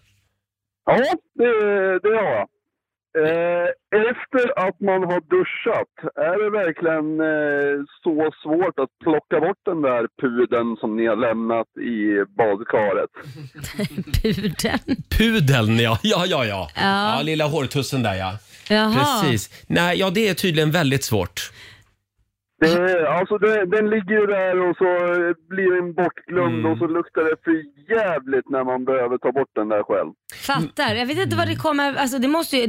Ja, det, det har jag. Eh, efter att man har duschat, är det verkligen eh, så svårt att plocka bort den där pudeln som ni har lämnat i badkaret? Mm. Pudeln. Pudeln ja, ja, ja, ja. Ja. ja lilla hårtussen där ja. Jaha. Precis. Nej, ja det är tydligen väldigt svårt. Det, alltså det, den ligger ju där och så blir den bortglömd Mm. och så luktar det för jävligt när man behöver ta bort den där själv. Fattar. Jag vet inte vad det kommer... Alltså det måste ju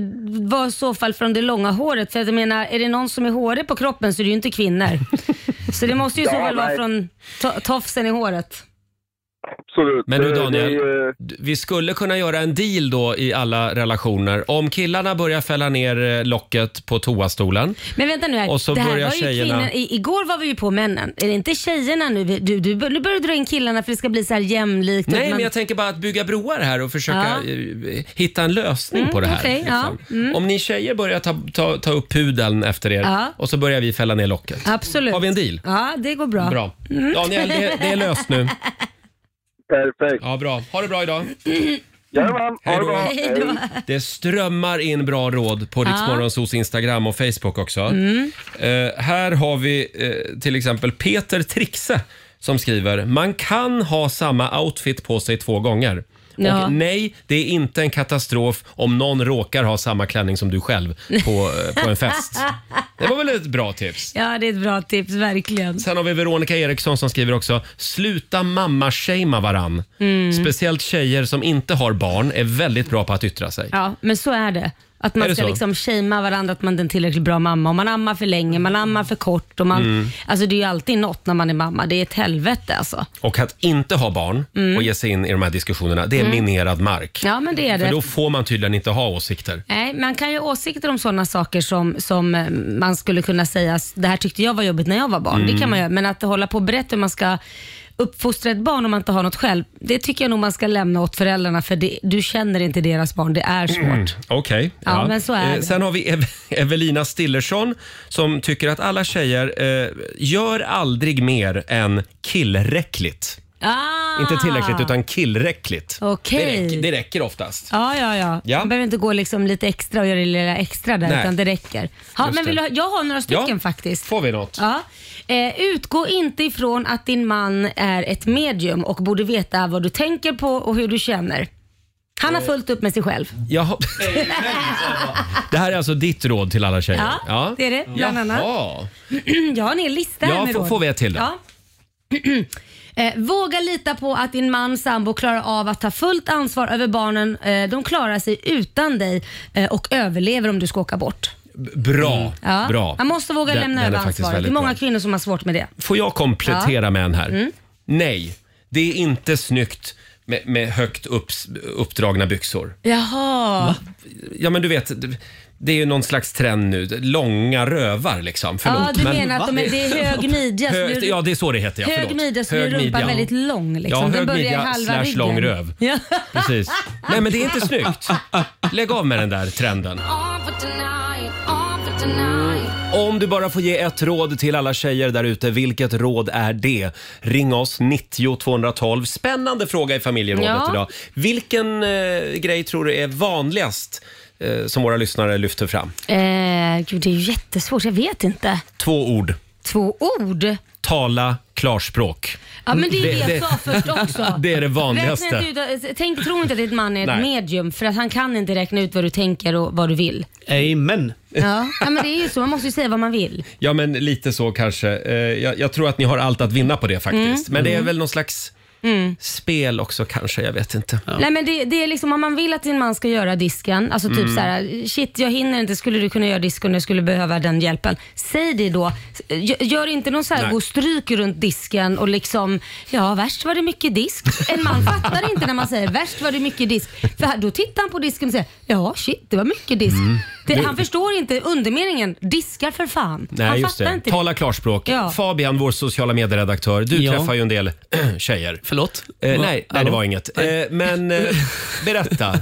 vara i så fall från det långa håret. För att jag menar, är det någon som är hårig på kroppen så är det ju inte kvinnor. så det måste ju i så Ja, fall vara nej. från to- tofsen i håret. Absolut. Men du Det- Daniel, det är- eh, d- vi skulle kunna göra en deal då i alla relationer. Om killarna börjar fälla ner eh, locket på toastolen. Men vänta nu här. Och så det här börjar var ju tjejerna- kvinnor, i, igår var vi ju på männen. Är det inte tjejerna nu? vi- Du, du, bör- nu börjar du dra in killarna för det ska bli så här jämlikt. Nej, Att man- men jag tänker bara att bygga broar här och försöka Typ Ja. eh, hitta en lösning Mm, på det här. liksom. okej, ja. Mm. Om ni tjejer börjar ta, ta, ta upp pudeln efter er Ja. och så börjar vi fälla ner locket. Absolut. Har vi en deal? Ja, det går bra. Mm. Bra. Daniel, det, det är löst nu. Perfekt. Ja, bra. Ha det bra idag. Jajamän, ha Hej det då. bra. Hej då. Det strömmar in bra råd på Ja. Riksmorgonsos Instagram och Facebook också. Mm. Eh, här har vi eh, till exempel Peter Trixe som skriver “Man kan ha samma outfit på sig två gånger”. Ja. Och nej, det är inte en katastrof om någon råkar ha samma klänning som du själv på, eh, på en fest. Det var väl ett bra tips? Ja, det är ett bra tips, verkligen. Sen har vi Veronica Eriksson som skriver också “Sluta mamma-shamea varann”. Mm. Speciellt tjejer som inte har barn är väldigt bra på att yttra sig. Ja, men så är det. Att Är man det ska så? liksom shamea varandra att man inte är en tillräckligt bra mamma. Och man ammar för länge, man ammar för kort. Och man, Mm. Alltså det är ju alltid något när man är mamma. Det är ett helvete alltså. Och att inte ha barn Mm. och ge sig in i de här diskussionerna, det är Mm. minerad mark. Ja, men det är För det. då får man tydligen inte ha åsikter. Nej, man kan ju ha åsikter om sådana saker som, som eh, man skulle kunna säga, det här tyckte jag var jobbigt när jag var barn. Mm. Det kan man göra. Men att hålla på och berätta hur man ska uppfostra ett barn om man inte har något själv, det tycker jag nog man ska lämna åt föräldrarna för det, du känner inte deras barn. Det är svårt. Mm, Okej. Ja, men så är Eh, det. Sen har vi Ev- Evelina Stillersson som tycker att alla tjejer eh, gör aldrig mer än killräckligt. Ah! Inte tillräckligt, utan killräckligt. Okej. Det, räcker, det räcker oftast. Ja, ja, ja. Ja. Man behöver inte gå liksom lite extra och göra det lilla extra där, Nej. utan det räcker. Ja, Just men vill det. du, ha- jag har några stycken Ja. faktiskt. Får vi något? Ja. Eh, utgå inte ifrån att din man är ett medium och borde veta vad du tänker på och hur du känner. Han Eh. har fullt upp med sig själv. Jaha. Det här är alltså ditt råd till alla tjejer? Ja, det är det, bland annat. Jaha. jag har en hel lista Ja, här med får- råd. får vi ett till då? Ja. Eh, Våga lita på att din man sambo klarar av att ta fullt ansvar över barnen. Eh, De klarar sig utan dig eh, och överlever om du ska åka bort. B- Bra. Ja. bra. Man måste våga Den- lämna den är över faktiskt ansvaret. Det är väldigt många bra. kvinnor som har svårt med det. Får jag komplettera Ja. med en här? Mm. Nej, det är inte snyggt med, med högt upps, uppdragna byxor. Jaha. Ja, men du vet, det- det är ju någon slags trend nu. Långa rövar liksom. Förlåt. Ja, du men, menar att de är, det är hög midja som Hö- gör- ja, det är så det heter. Ja, hög förlåt. midja som gör Hög rumpan midja. väldigt lång. Liksom. Ja, Den hög börjar i midja halva slash ryggen. lång röv. Ja. Precis. Nej, men det är inte snyggt. Lägg av med den där trenden. Om du bara får ge ett råd till alla tjejer där ute, vilket råd är det? Ring oss, 90 212. Spännande fråga i familjerådet Ja. idag. Vilken eh, grej tror du är vanligast eh, som våra lyssnare lyfter fram? Eh, gud, det är ju jättesvårt. Jag vet inte. Två ord. Två ord? Tala klarspråk. Ja, men det är det, jag sa först också. Det är det Räkna vanligaste. inte ut, eh, tänk, tro inte att din man är ett Nej. medium för att han kan inte räkna ut vad du tänker och vad du vill. Amen. Ja, ja men det är ju så. Man måste ju säga vad man vill. Ja, men lite så kanske. Eh, Jag, jag tror att ni har allt att vinna på det faktiskt. Mm. Men det är Mm. väl någon slags Mm. spel också kanske, jag vet inte. Nej, men det, det är liksom om man vill att din man ska göra disken, alltså typ Mm. så här, shit jag hinner inte, skulle du kunna göra disken, jag skulle behöva den hjälpen. Säg det då. Gö- Gör inte någon så här, Nej. gå och stryk runt disken och liksom, ja värst var det mycket disk. En man fattar inte när man säger värst var det mycket disk. För här- då tittar han på disken och säger, ja shit det var mycket disk. Mm. Det, Du- han förstår inte undermeningen, diskar för fan. han Nej, just fattar det. inte Tala klarspråk. Ja. Fabian, vår sociala medieredaktör, du Ja. träffar ju en del tjejer. Förlåt? Eh, Va- nej, nej, det hallå? var inget. Eh, men eh, berätta.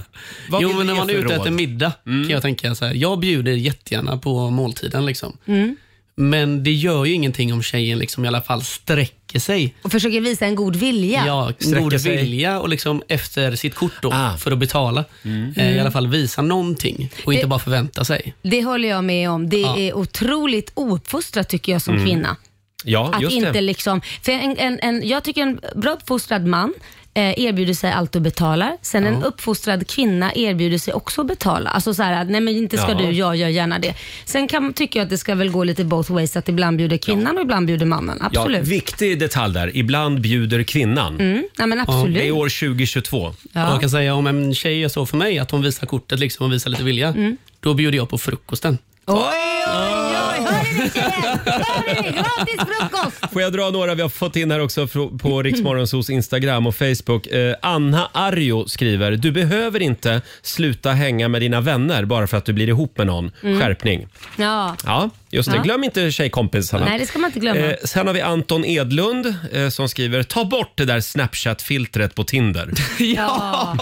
Vad jo, vill men du när ge man är för ute och råd? äter middag Mm. kan jag tänka så här. Jag bjuder jättegärna på måltiden liksom. Mm. Men det gör ju ingenting om tjejen liksom i alla fall sträcker sig. och försöker visa en god vilja. Ja, god vilja och liksom efter sitt kort då Ah. för att betala. Mm. Eh, I alla fall visa någonting och inte Det- bara förvänta sig. Det håller jag med om. Det Ja. är otroligt ouppfostrat tycker jag som Mm. kvinna. Ja, Att just inte det. liksom, för en, en, en, jag tycker en bra uppfostrad man eh, erbjuder sig allt och betalar. Sen en Ja. uppfostrad kvinna erbjuder sig också att betala. Alltså så här, att, nej men inte ska Ja. du, jag gör gärna det. Sen kan, tycker jag att det ska väl gå lite both ways, att ibland bjuder kvinnan och ibland bjuder mannen. Ja, Absolut. viktig detalj där. Ibland bjuder kvinnan. Mm, nej men absolut. Det är år 2022. Ja. Jag kan säga om en tjej är så för mig att hon visar kortet liksom och visar lite vilja. Mm. Då bjuder jag på frukosten. Oj, oj, oj! Hörde ni tjejer? Hörde ni? Gratis frukost! Får jag dra några vi har fått in här också fro- på Riksmorgonsos Instagram och Facebook. Eh, Anna Arjo skriver, du behöver inte sluta hänga med dina vänner bara för att du blir ihop med någon. Mm. Skärpning. Ja. Ja, just det. Ja. Glöm inte tjejkompisarna. Nej, det ska man inte glömma. Eh, sen har vi Anton Edlund eh, som skriver, ta bort det där Snapchat-filtret på Tinder. Ja.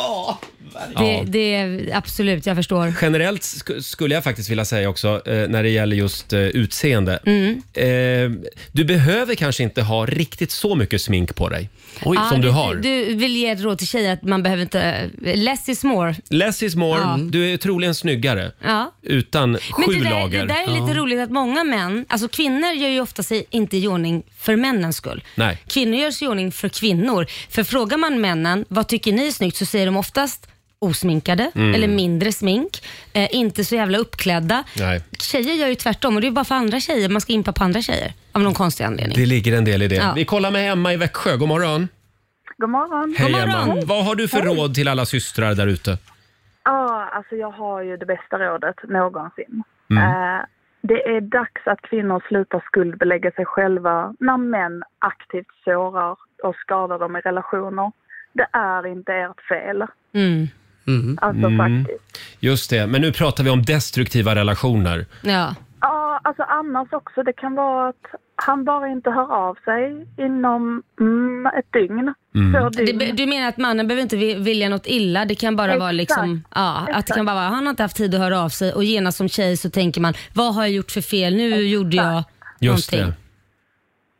Ja. Det, det är absolut, jag förstår. Generellt sk- skulle jag faktiskt vilja säga också eh, när det gäller just eh, utseende. Mm. Eh, du behöver kanske inte ha riktigt så mycket smink på dig Ja, som du har. Du vill ge ett råd till tjejer att man behöver inte... Less is more. Less is more. Ja. Du är troligen snyggare Ja. utan Men sju det där, lager. det där är lite roligt att många män, alltså kvinnor gör ju ofta sig inte i ordning för männens skull. Nej. Kvinnor gör sig i ordning för kvinnor. För frågar man männen, vad tycker ni är snyggt? Så säger de oftast osminkade Mm. eller mindre smink, eh, inte så jävla uppklädda. Nej. Tjejer gör ju tvärtom och det är bara för andra tjejer, man ska impa på andra tjejer av någon konstig anledning. Det ligger en del i det. Ja. Vi kollar med Emma i Växjö. God morgon. God morgon. Hej Emma. Vad har du för Hej. råd till alla systrar där ute? Ja, alltså jag har ju det bästa rådet någonsin. Mm. Eh, det är dags att kvinnor slutar skuldbelägga sig själva när män aktivt sårar och skadar dem i relationer. Det är inte ert fel. Alltså faktiskt. Just det, men nu pratar vi om destruktiva relationer. Ja. Ja, alltså annars också. Det kan vara att han bara inte hör av sig inom mm, ett dygn. Två dygn. Det, du menar att mannen behöver inte vi- vilja något illa, det kan bara vara Exakt. liksom, ja, att det kan bara vara, han har inte haft tid att höra av sig och genast som tjej så tänker man, vad har jag gjort för fel? Nu gjorde jag Just någonting.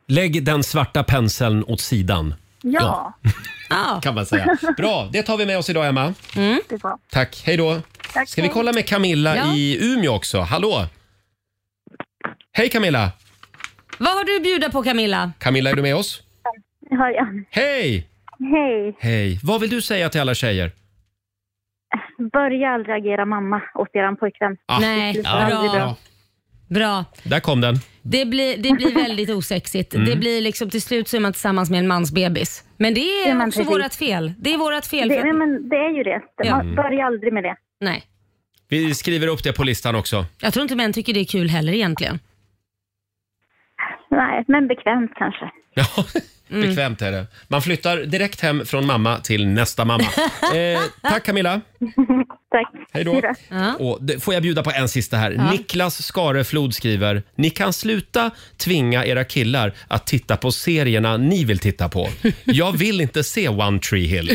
det. Lägg den svarta penseln åt sidan. Ja. ja. Kan man säga. Bra, det tar vi med oss idag Emma. Det är bra. Tack, hej då. Tack, Ska vi hej. kolla med Camilla Ja. i Umeå också? Hallå! Hej Camilla! Vad har du att bjuda på Camilla? Camilla, är du med oss? Har jag. Hej! Hej! Hej! Vad vill du säga till alla tjejer? Börja aldrig agera mamma åt eran pojkvän. Ah. Nej, Ja. bra. Bra. Där kom den. Det blir, det blir väldigt osexigt. Mm. Det blir liksom, till slut så är man tillsammans med en mans bebis. Men det är Ja, men också precis. vårt fel. Det är vårt fel. Det, för att- nej, men det är ju det. Ja. Man, börja aldrig med det. Nej. Vi skriver upp det på listan också. Jag tror inte män tycker det är kul heller egentligen. Nej, men bekvämt kanske. Bekvämt är det. Man flyttar direkt hem från mamma till nästa mamma. eh, tack Camilla! Tack. Hej då. Och det, får jag bjuda på en sista här? Ja. Niklas Skareflod skriver, ni kan sluta tvinga era killar att titta på serierna ni vill titta på. Jag vill inte se One Tree Hill.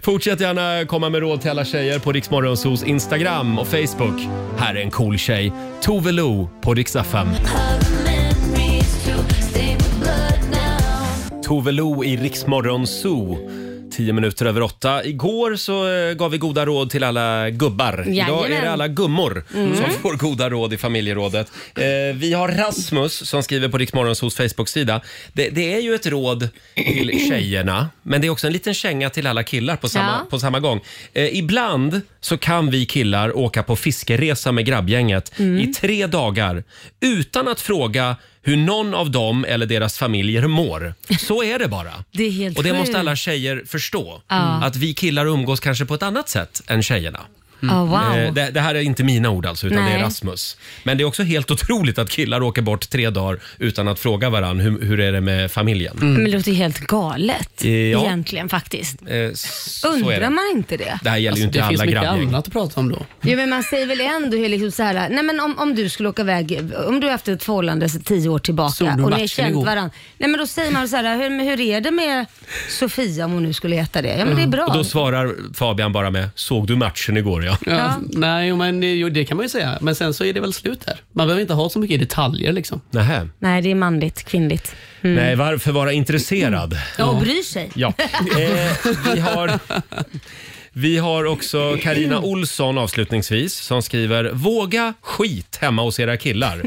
Fortsätt gärna komma med råd till alla tjejer på Riksmorgonsos Instagram och Facebook. Här är en cool tjej, Tove Lo på Rix FM. Tove Lo i Riksmorgon Zoo. Tio minuter över åtta. Igår så eh, gav vi goda råd till alla gubbar. Idag är Jajamän. det alla gummor Mm. som får goda råd i familjerådet. Eh, vi har Rasmus som skriver på Riksmorgons hos Facebook-sida. Det, det är ju ett råd till tjejerna, men det är också en liten känga till alla killar på samma, Ja. på samma gång. Eh, ibland så kan vi killar åka på fiskeresa med grabbgänget Mm. i tre dagar utan att fråga hur någon av dem eller deras familjer mår. Så är det bara. Det är helt Och det måste sjukt. alla tjejer förstå. Ja. Att vi killar umgås kanske på ett annat sätt än tjejerna. Mm. Ah, wow. Eh, Det, det här är inte mina ord alltså, utan det Nej. är Rasmus. Men det är också helt otroligt att killar åker bort tre dagar utan att fråga varann hur, hur är det med familjen. Men det låter ju helt galet Eh, Ja. egentligen faktiskt. Eh, s- så är Undrar det. man inte det? Det här gäller ju Alltså, inte det finns alla mycket grabbgäng. annat att prata om då. Jo, men man säger väl ändå hur liksom så här, nej men om, om du skulle åka iväg, om du har haft ett förhållande sedan tio år Såg du tillbaka och ni har matchen känt igår? varandra. Nej men då säger man så här, hur, hur är det med Sofia om hon nu skulle heta det? Ja men det är bra. Mm. Och då svarar Fabian bara med “Såg du matchen igår ja?” Ja, Nej, jo, men det- jo, det kan man ju säga. Men sen så är det väl slut där. Man behöver inte ha så mycket detaljer liksom. Nähä. Nej det är manligt, kvinnligt. Mm. Nej, varför vara intresserad? Ja, och bryr sig. Ja. Eh, vi, har, vi har också Karina Olsson avslutningsvis som skriver “Våga skit hemma hos era killar”.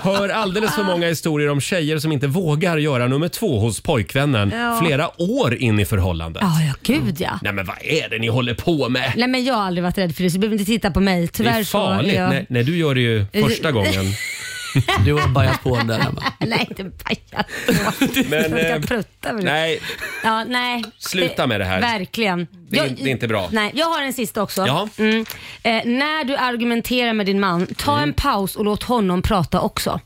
Hör alldeles för många historier om tjejer som inte vågar göra nummer två hos pojkvännen Ja. flera år in i förhållandet. Ja, ja gud ja. Nej men vad är det ni håller på med? Nej men jag har aldrig varit rädd för det så du behöver inte titta på mig. Det Tyvärr är farligt. så. Ja. Nej, nej, du gör det ju första gången. Du har bajat på där hemma. nej inte pajat. Men, Jag ska eh, prutta med det. Nej, Ja, nej. Sluta med det här. Verkligen. Det är- det är inte bra. Nej, jag har en sista också. Ja. Mm. Eh, när du argumenterar med din man, ta Mm. en paus och låt honom prata också.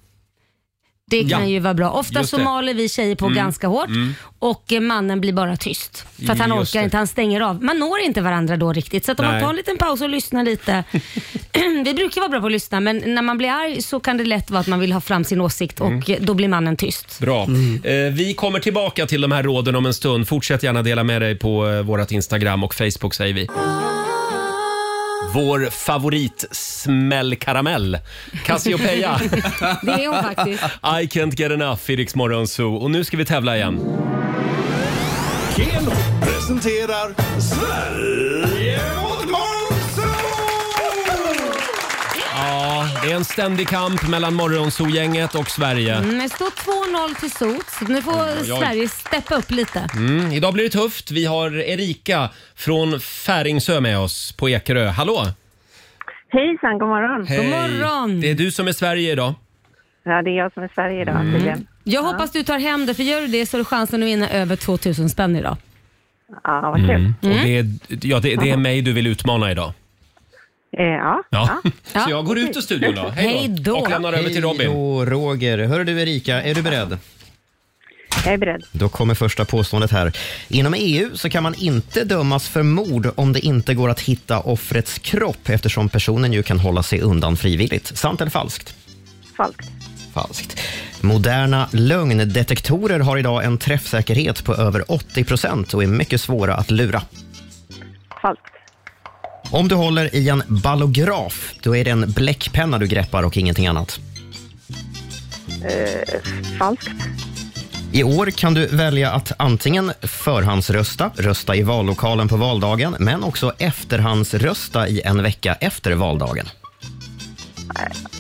Det kan Ja. ju vara bra. Ofta Just så det. maler vi tjejer på Mm. ganska hårt Mm. och eh, mannen blir bara tyst. För att han Just orkar det. inte, han stänger av. Man når inte varandra då riktigt. Så att om man Nej. tar en liten paus och lyssnar lite. vi brukar vara bra på att lyssna men när man blir arg så kan det lätt vara att man vill ha fram sin åsikt och Mm. eh, då blir mannen tyst. Bra. Eh, vi kommer tillbaka till de här råden om en stund. Fortsätt gärna dela med dig på eh, vårt Instagram och Facebook säger vi. Vår favorit smällkaramell, Cassiopeia. Det är hon faktiskt. I can't get enough i Rix Morgon Zoo. Och nu ska vi tävla igen. Keno presenterar Sverige mot Monzo! Ja, det är en ständig kamp mellan Morgonzoo-gänget och Sverige. Mm, det står 2-0 till Sot, så nu får oj, oj. Sverige steppa upp lite. Mm, idag blir det tufft. Vi har Erika från Färingsö med oss på Ekerö. Hallå! Hejsan, god morgon. Hej. Det är du som är Sverige idag. Ja, det är jag som är i Sverige idag tydligen. Jag hoppas du tar hem det, för gör du det så har du chansen att vinna över 2000 spänn idag. Ja, vad kul. Och det, är, ja, det, det är mig du vill utmana idag. Eh, ja. Ja. Ja. Så jag går ut ur studion då. Hej Hej då. då! Och lämnar över till Robin. Hej då, Roger. Hör du Erika, är du beredd? Jag är beredd. Då kommer första påståendet här. Inom EU så kan man inte dömas för mord om det inte går att hitta offrets kropp eftersom personen ju kan hålla sig undan frivilligt. Sant eller falskt? Falskt. Falskt. Moderna lögndetektorer har idag en träffsäkerhet på över 80 procent och är mycket svåra att lura. Falskt. Om du håller i en ballograf, då är det en bläckpenna du greppar och ingenting annat. Eh, falskt. I år kan du välja att antingen förhandsrösta, rösta i vallokalen på valdagen, men också efterhandsrösta i en vecka efter valdagen.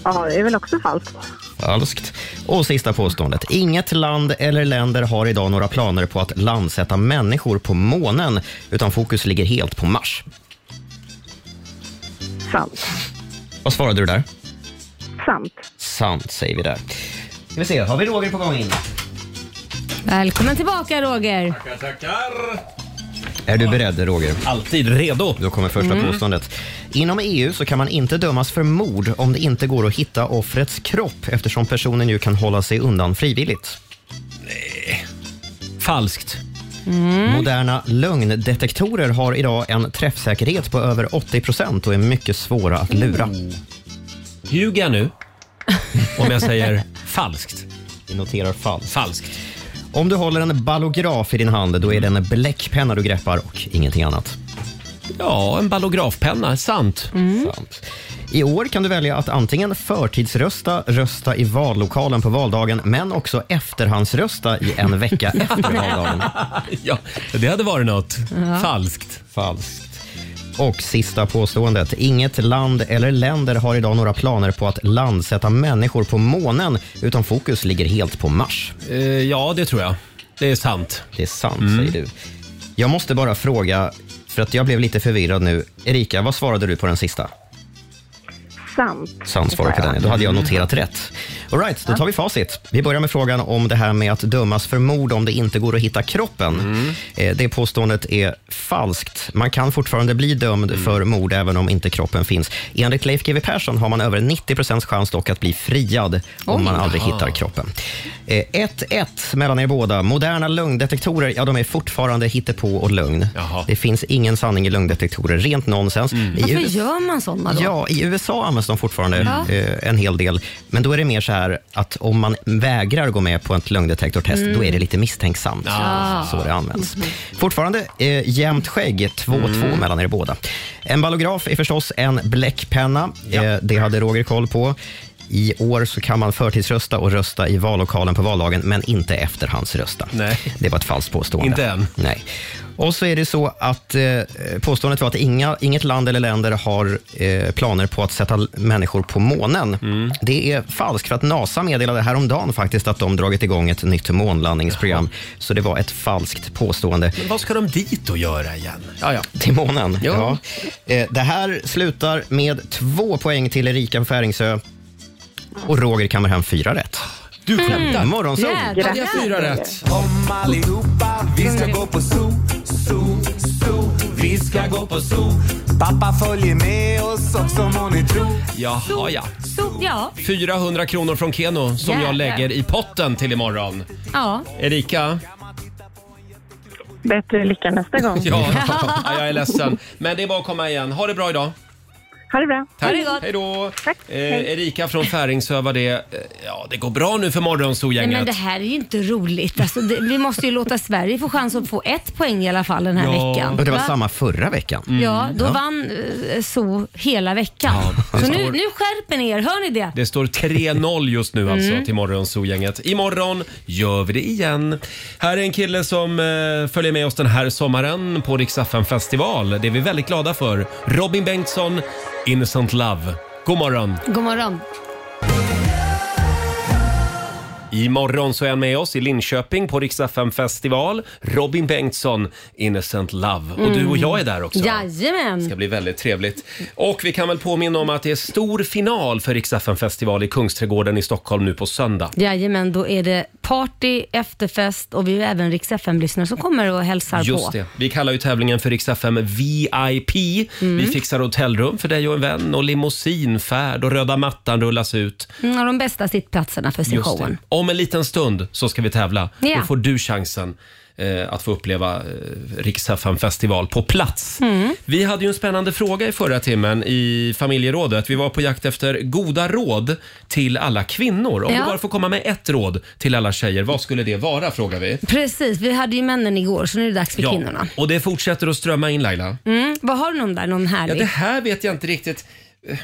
Ja, det är väl också falskt. Falskt. Och sista påståendet. Inget land eller länder har idag några planer på att landsätta människor på månen, utan fokus ligger helt på Mars. Sant. Vad svarade du där? Sant. Sant, säger vi där. Ska vi se, har vi Roger på gång in? Välkommen tillbaka Roger. Är du beredd, Roger? Alltid redo. Då kommer första Mm. påståendet. Inom EU så kan man inte dömas för mord om det inte går att hitta offrets kropp eftersom personen ju kan hålla sig undan frivilligt. Falskt. Moderna lögndetektorer har idag en träffsäkerhet på över 80 procent och är mycket svåra att lura. Ljuger jag nu om jag säger falskt? Vi noterar falskt. Falskt. Om du håller en ballograf i din hand, då är det en bläckpenna du greppar och ingenting annat. Ja, en ballografpenna. Sant. Mm. Sant. I år kan du välja att antingen förtidsrösta, rösta i vallokalen på valdagen, men också efterhandsrösta i en vecka efter valdagen. ja, det hade varit något. Ja. Falskt. Falskt. Och sista påståendet. Inget land eller länder har idag några planer på att landsätta människor på månen, utan fokus ligger helt på Mars. Eh, ja, det tror jag. Det är sant. Det är sant, säger du. Jag måste bara fråga, för att jag blev lite förvirrad nu. Erika, vad svarade du på den sista? Sant. Sant svar på den. Då hade jag noterat rätt. All right, då tar vi facit. Vi börjar med frågan om det här med att dömas för mord om det inte går att hitta kroppen. Mm. Eh, Det påståendet är falskt. Man kan fortfarande bli dömd Mm. för mord även om inte kroppen finns. Enligt Leif GW Persson har man över 90 chans dock att bli friad om Oj. man aldrig Aha. hittar kroppen. Eh, 1-1 mellan er båda. Moderna lögndetektorer, ja de är fortfarande hittepå och lögn. Det finns ingen sanning i lögndetektorer, rent nonsens. I Mm. Varför USA- gör man sådana då? Ja, i USA används de fortfarande Ja. eh, en hel del. Men då är det mer så här att om man vägrar gå med på ett lögndetektortest, Mm. då är det lite misstänksamt. Ah. Så det används. Mm. Fortfarande eh, jämnt skägg, 2-2 mellan er båda. En ballograf är förstås en bläckpenna. Eh, det hade Roger koll på. I år så kan man förtidsrösta och rösta i vallokalen på valdagen, men inte efterhandsrösta. Nej. Det var ett falskt påstående. Inte än. Nej. Och så är det så att eh, påståendet var att inga, inget land eller länder har eh, planer på att sätta l- människor på månen. Mm. Det är falskt för att NASA meddelade häromdagen faktiskt att de dragit igång ett nytt månlandningsprogram. Så det var ett falskt påstående. Men vad ska de dit och göra igen? Ja, ja. Till månen. Ja. Eh, det här slutar med två poäng till Erika Färingsö och Roger kammar hem fyra rätt. Du skämtar? Morgonzoo. Hade jag fyra rätt? Om allihopa, vi ska gå på zoo, zoo, zoo. Vi ska gå på zoo. Pappa följer med oss också må ni tro. Jaha, ja. Så, ja. 400 kronor från Keno som Jävlar. jag lägger i potten till imorgon. ja. Erika? Bättre lycka nästa gång. Ja, ja, jag är ledsen. Men det är bara att komma igen. Ha det bra idag. Ha det bra. Tack. Hej då. Eh, Erika från Färingsö var det. Eh, Ja, det går bra nu för Nej, men det Morgonzoo-gänget. här är ju inte roligt. Alltså, det, vi måste ju låta Sverige få chans att få ett poäng i alla fall den här veckan. Och det var Va? samma förra veckan. Mm. Ja, då vann eh, so hela veckan. Ja, det så nu, står- nu skärper ni er, hör ni det? Det står 3-0 just nu alltså Mm. till Morgonzoo-gänget. Imorgon gör vi det igen. Här är en kille som eh, följer med oss den här sommaren på Rix FM festival. Det är vi väldigt glada för. Robin Bengtsson, Innocent Love. God morgon! God morgon. Imorgon så är han med oss i Linköping på Rix FM festival. Robin Bengtsson, Innocent Love. Och du och jag är där också. Mm. Det ska Jajamän. bli väldigt trevligt. Och vi kan väl påminna om att det är stor final för Rix FM festival i Kungsträdgården i Stockholm nu på söndag. Jajamän, då är det party, efterfest och vi är även riks lyssnare som kommer och hälsar på. Just det. Vi kallar ju tävlingen för Rix FM VIP. Vi fixar hotellrum för dig och en vän och limousinfärd och röda mattan rullas ut. Mm, och de bästa sittplatserna för Just showen. det. Om en liten stund så ska vi tävla. Ja. Då får du chansen eh, att få uppleva eh, Rix FM festival på plats. Mm. Vi hade ju en spännande fråga i förra timmen i familjerådet. Vi var på jakt efter goda råd till alla kvinnor. Om Ja. du bara får komma med ett råd till alla tjejer, vad skulle det vara? frågar vi. Precis, vi hade ju männen igår så nu är det dags för Ja, kvinnorna. och det fortsätter att strömma in Laila. Mm, vad har du någon där, någon Ja, härlig? det här vet jag inte riktigt eh,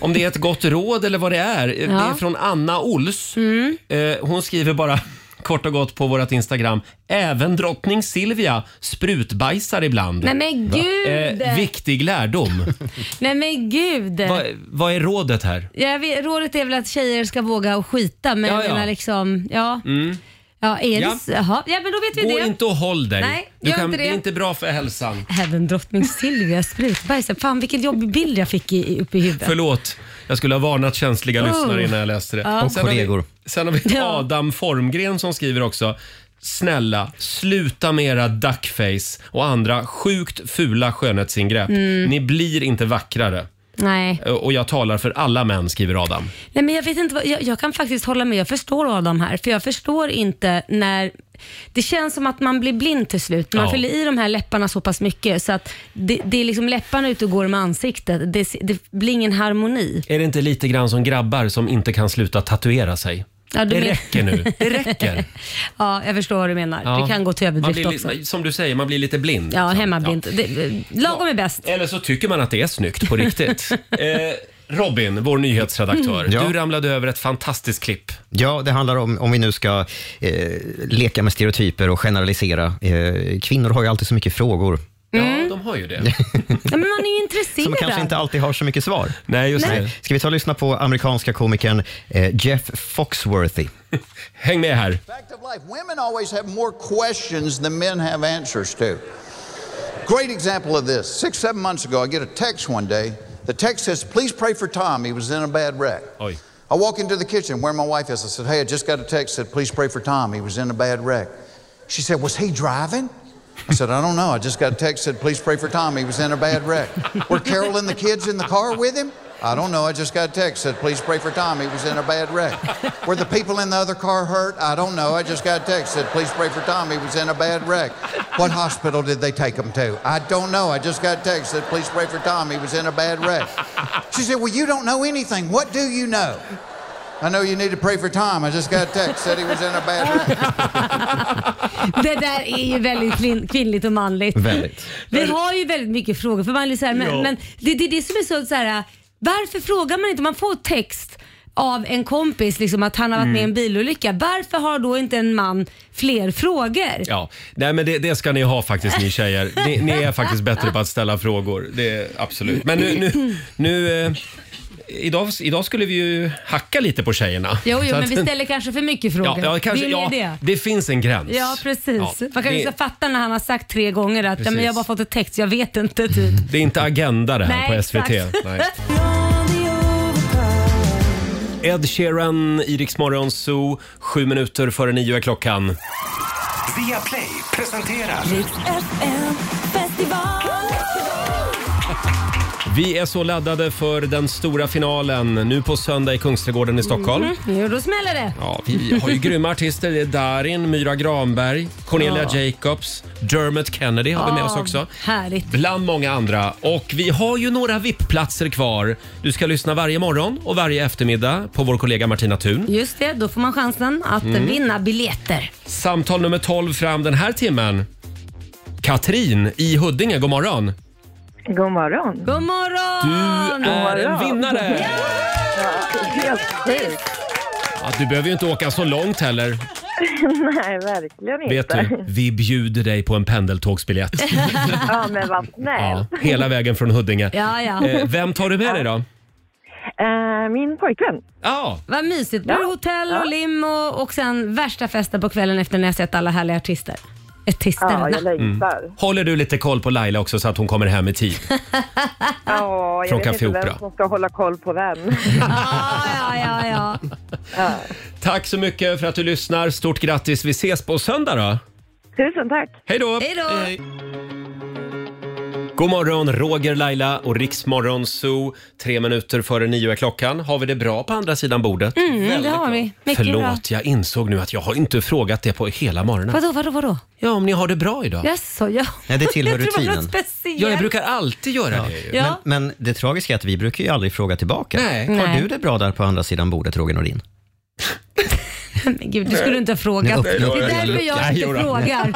om det är ett gott råd eller vad det är. Eh, Det är Ja. Mm. från Anna Ols. Eh, Hon skriver bara kort och gott på vårt Instagram. Även drottning Silvia sprutbajsar ibland. Nej, men Va? gud! Eh, viktig lärdom. Nej men gud. Va, vad är rådet här? Jag vet, rådet är väl att tjejer ska våga och skita men Ja, jag ja. menar liksom, ja. Mm. Ja, är Ja. det så? Jaha. ja men då vet vi Gå det. inte och håll dig. Nej, du gör kan, inte det. det är inte bra för hälsan. Även drottning Silvia sprutbajsar. Fan vilken jobbig bild jag fick i, i- uppe i huvudet. Förlåt, jag skulle ha varnat känsliga Oh. lyssnare innan jag läste det. Ja. Och Har kollegor. vi, sen har vi Adam Formgren som skriver också. Snälla, sluta med era duckface och andra sjukt fula skönhetsingrepp. Mm. Ni blir inte vackrare. Nej. Och jag talar för alla män, skriver Adam. Nej men jag vet inte vad, jag, jag kan faktiskt hålla med. Jag förstår Adam här för jag förstår inte när det känns som att man blir blind till slut. Man Ja. fyller i de här läpparna så pass mycket så att det, det är liksom läpparna ute och går med ansiktet. Det, det blir ingen harmoni. Är det inte lite grann som grabbar som inte kan sluta tatuera sig? Ja, du det men- räcker nu. Det räcker. Ja, jag förstår vad du menar. Ja. Det kan gå till man överdrift blir, också. liksom- Som du säger, man blir lite blind. Ja, liksom. hemmablind. Ja. Det- Lagom är bäst. Eller så tycker man att det är snyggt på riktigt. eh, Robin, vår nyhetsredaktör. Mm. Ja. Du ramlade över ett fantastiskt klipp. Ja, det handlar om, om vi nu ska eh, leka med stereotyper och generalisera. Eh, kvinnor har ju alltid så mycket frågor. Ja, de har ju det. Ja, men man är ju intresserad. Som kanske inte alltid har så mycket svar. Eh, Nej, just Nej. det. Ska vi ta och lyssna på amerikanska komikern eh, Jeff Foxworthy? Häng med här. of life. Women always have more questions than men have answers to. Great example of this. Six, seven months ago, I get a text one day. The text says, Please pray for Tom. He was in a bad wreck. Oy. I walk into the kitchen where my wife is. I said, Hey, I just got a text that said, Please pray for Tom. He was in a bad wreck. She said, Was he driving? I said, I don't know. I just got a text that said, Please pray for Tom. He was in a bad wreck. Were Carol and the kids in the car with him? I don't know. I just got a text that said, Please pray for Tom. He was in a bad wreck. Were the people in the other car hurt? I don't know. I just got a text that said, Please pray for Tom. He was in a bad wreck. What hospital did they take him to? I don't know. I just got a text that said, Please pray for Tom. He was in a bad wreck. She said, Well, you don't know anything. What do you know? I know you need to pray for Tom. I just got a text said he was in a bad wreck. Det där är ju väldigt kvin- kvinnligt och manligt. Väldigt. Vi har ju väldigt mycket frågor för man är så här, men, Ja. men det, det är det som är så, så här, varför frågar man inte? Man får text av en kompis liksom att han har varit Mm. med i en bilolycka. Varför har då inte en man fler frågor? Ja, nej men det, det ska ni ha faktiskt ni tjejer. Ni, ni är faktiskt bättre på att ställa frågor. Det är absolut. Men nu, nu, nu eh, idag, idag skulle vi ju hacka lite på tjejerna. Jo, jo Så men att- vi ställer kanske för mycket ja, frågor. ja, kanske, det är ja, det. det finns en gräns. Ja, precis. Ja, Man kanske det- ska fatta när han har sagt tre gånger att ja, men Precis. jag har bara fått ett text, jag vet inte. Typ. Det är inte Agenda det här på SVT. exakt. Nej. Ed Sheeran, Iriks morgon, Zoo. Sju minuter före nio är klockan. Via Play presenterar Vi är så laddade för den stora finalen nu på söndag i Kungsträdgården i Stockholm. Mm, jo, då smäller det. Ja, vi har ju grymma artister. Det är Darin, Myra Granberg, Cornelia Ja. Jacobs, Dermot Kennedy har vi med oss Ja, också. Härligt. Bland många andra. Och vi har ju några VIP-platser kvar. Du ska lyssna varje morgon och varje eftermiddag på vår kollega Martina Thun. Just det, då får man chansen att Mm. vinna biljetter. Samtal nummer 12 fram den här timmen. Katrin i Huddinge, god morgon. God morgon. God morgon! Du är en vinnare! Grattis! Ja, du behöver ju inte åka så långt heller. Nej, verkligen inte. Vet du, vi bjuder dig på en pendeltågsbiljett. ja, men vad snällt. Ja, hela vägen från Huddinge. Ja, ja. Eh, Vem tar du med dig då? Eh, min pojkvän. Ja, Vad mysigt. Blir Ja. det hotell Ja. och lim och, och sen värsta festen på kvällen efter när jag sett alla härliga artister. Eh, Artisterna. Mm. Håller du lite koll på Laila också så att hon kommer hem i tid? Ja, jag Från vet Café inte Opera. vem som ska hålla koll på vem. ja, ja, ja. Tack så mycket för att du lyssnar. Stort grattis. Vi ses på söndag då. Tusen tack. Hej då! Hej då! God morgon, Roger, Laila och Riksmorgon Zoo. Tre minuter före nio är klockan. Har vi det bra på andra sidan bordet? Mm, det har vi. Mycket Förlåt, bra. jag insåg nu att jag har inte frågat det på hela morgonen. Vadå, vadå, vadå? Ja, om ni har det bra idag. Jaså, ja. Nej, det tillhör jag tror var rutinen. något speciellt. Ja, jag brukar alltid göra det. ju. Ja. Men, men det tragiska är att vi brukar ju aldrig fråga tillbaka. Nej. Har Nej. du det bra där på andra sidan bordet, Roger Nordin? Men gud, du skulle inte ha frågat. Nej, öppna upp det är en därför lucka. jag inte Nej, jodå. frågar.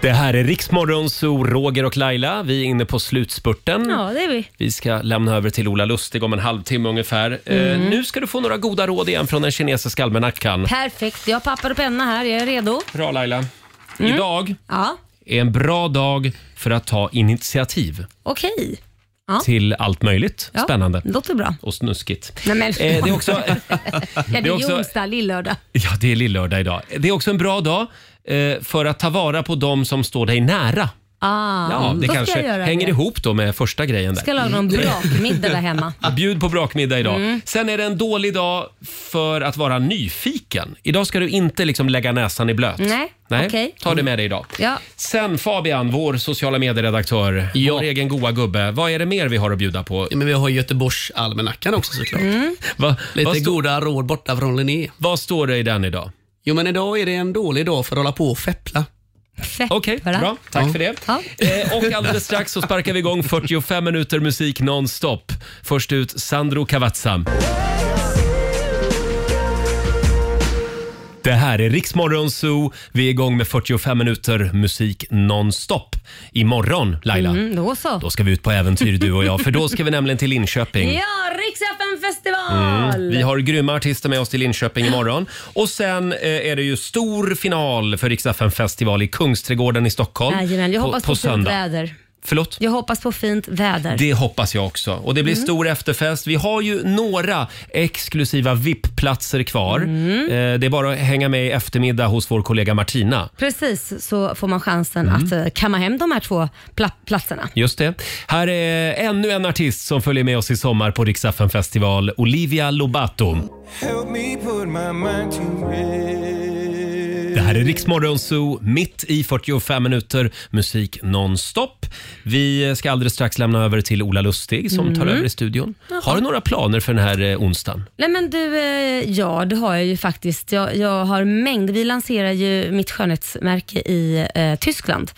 Det här är Riksmorgon Zoo, Roger och Laila. Vi är inne på slutspurten. ja, det är vi. Vi ska lämna över till Ola Lustig om en halvtimme ungefär. Mm. Eh, nu ska du få några goda råd igen från den kinesiska almanackan. Perfekt. Jag har papper och penna här. Jag är redo. Bra Laila. Mm. Idag Ja, är en bra dag för att ta initiativ okej. Ja. till allt möjligt. Ja, Spännande. Låter bra. Och snuskigt. Nej, men, Eh, det är också... ja, det det är är också- Ljungsbro, lillördag. Ja, det är lillördag idag. Det är också en bra dag eh, för att ta vara på de som står dig nära. Ah, Ja, då det ska kanske jag göra hänger det. ihop Mm. då med första grejen där. Ska laga någon brakmiddag där hemma. Bjud på brakmiddag idag. Ah. Mm. Sen är det en dålig dag för att vara nyfiken. Idag ska du inte liksom lägga näsan i blöt. Nej, okej. Ta det med dig idag. Ja. Sen Fabian, vår sociala medieredaktör, vår egen goa gubbe. Vad är det mer vi har att bjuda på? Men vi har Göteborgsalmanackan också såklart. Mm. Va, Lite vad, stå, goda råd borta från Linné. vad står det i den idag? Jo, men idag är det en dålig dag för att hålla på och feppla. Okej, bra. Tack för det. Eh, och alldeles strax så sparkar vi igång 45 minuter musik nonstop. Först ut Sandro Cavazza. Det här är Riksmorgon Zoo. Vi är igång med 45 minuter musik nonstop. Imorgon, Laila, Mm, då så. då ska vi ut på äventyr du och jag. För då ska vi nämligen till Linköping. Ja, riks festival Mm. Vi har grymma artister med oss till Linköping imorgon. Och sen eh, är det ju stor final för Rix FM festival i Kungsträdgården i Stockholm. Jajamän, jag hoppas på, fint söndag. väder. Förlåt? Jag hoppas på fint väder. Det hoppas jag också. Och det blir Mm. stor efterfest. Vi har ju några exklusiva VIP-platser kvar. Mm. Eh, Det är bara att hänga med i eftermiddag hos vår kollega Martina. Precis, så får man chansen Mm. att eh, kamma hem de här två pla- platserna. Just det. Här är ännu en artist som följer med oss i sommar på Rix FM festival, Olivia Lobato. Help me put my mind to Det här är Riksmorgon Zoo, mitt i 45 minuter musik nonstop. Vi ska alldeles strax lämna över till Ola Lustig som tar Mm. över i studion. Jaha. Har du några planer för den här eh, onsdagen? Nej men du, eh, ja det har jag ju faktiskt. Jag, jag har mängd. Vi lanserar ju mitt skönhetsmärke i eh, Tyskland.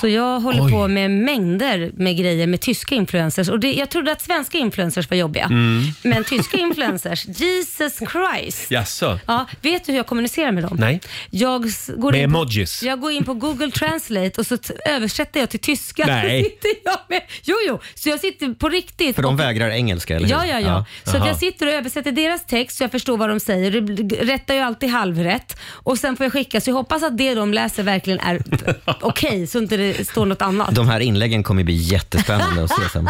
Så jag håller på med mängder med grejer med tyska influencers. Och det, jag trodde att svenska influencers var jobbiga. Mm. Men tyska influencers, Jesus Christ. Jaså? Ja, vet du hur jag kommunicerar med dem? Nej? Jag s- går, Med in på, emojis. jag går in på Google Translate och så t- översätter jag till tyska. Nej. Så sitter jag med, jo, jo, så jag sitter på riktigt. För de och- vägrar engelska, eller hur? Ja, ja, ja. Så att Aha. jag sitter och översätter deras text så jag förstår vad de säger. Det rättar ju alltid halvrätt. Och sen får jag skicka, så jag hoppas att det de läser verkligen är okej, så inte det står något annat. De här inläggen kommer bli jättespännande att se sen.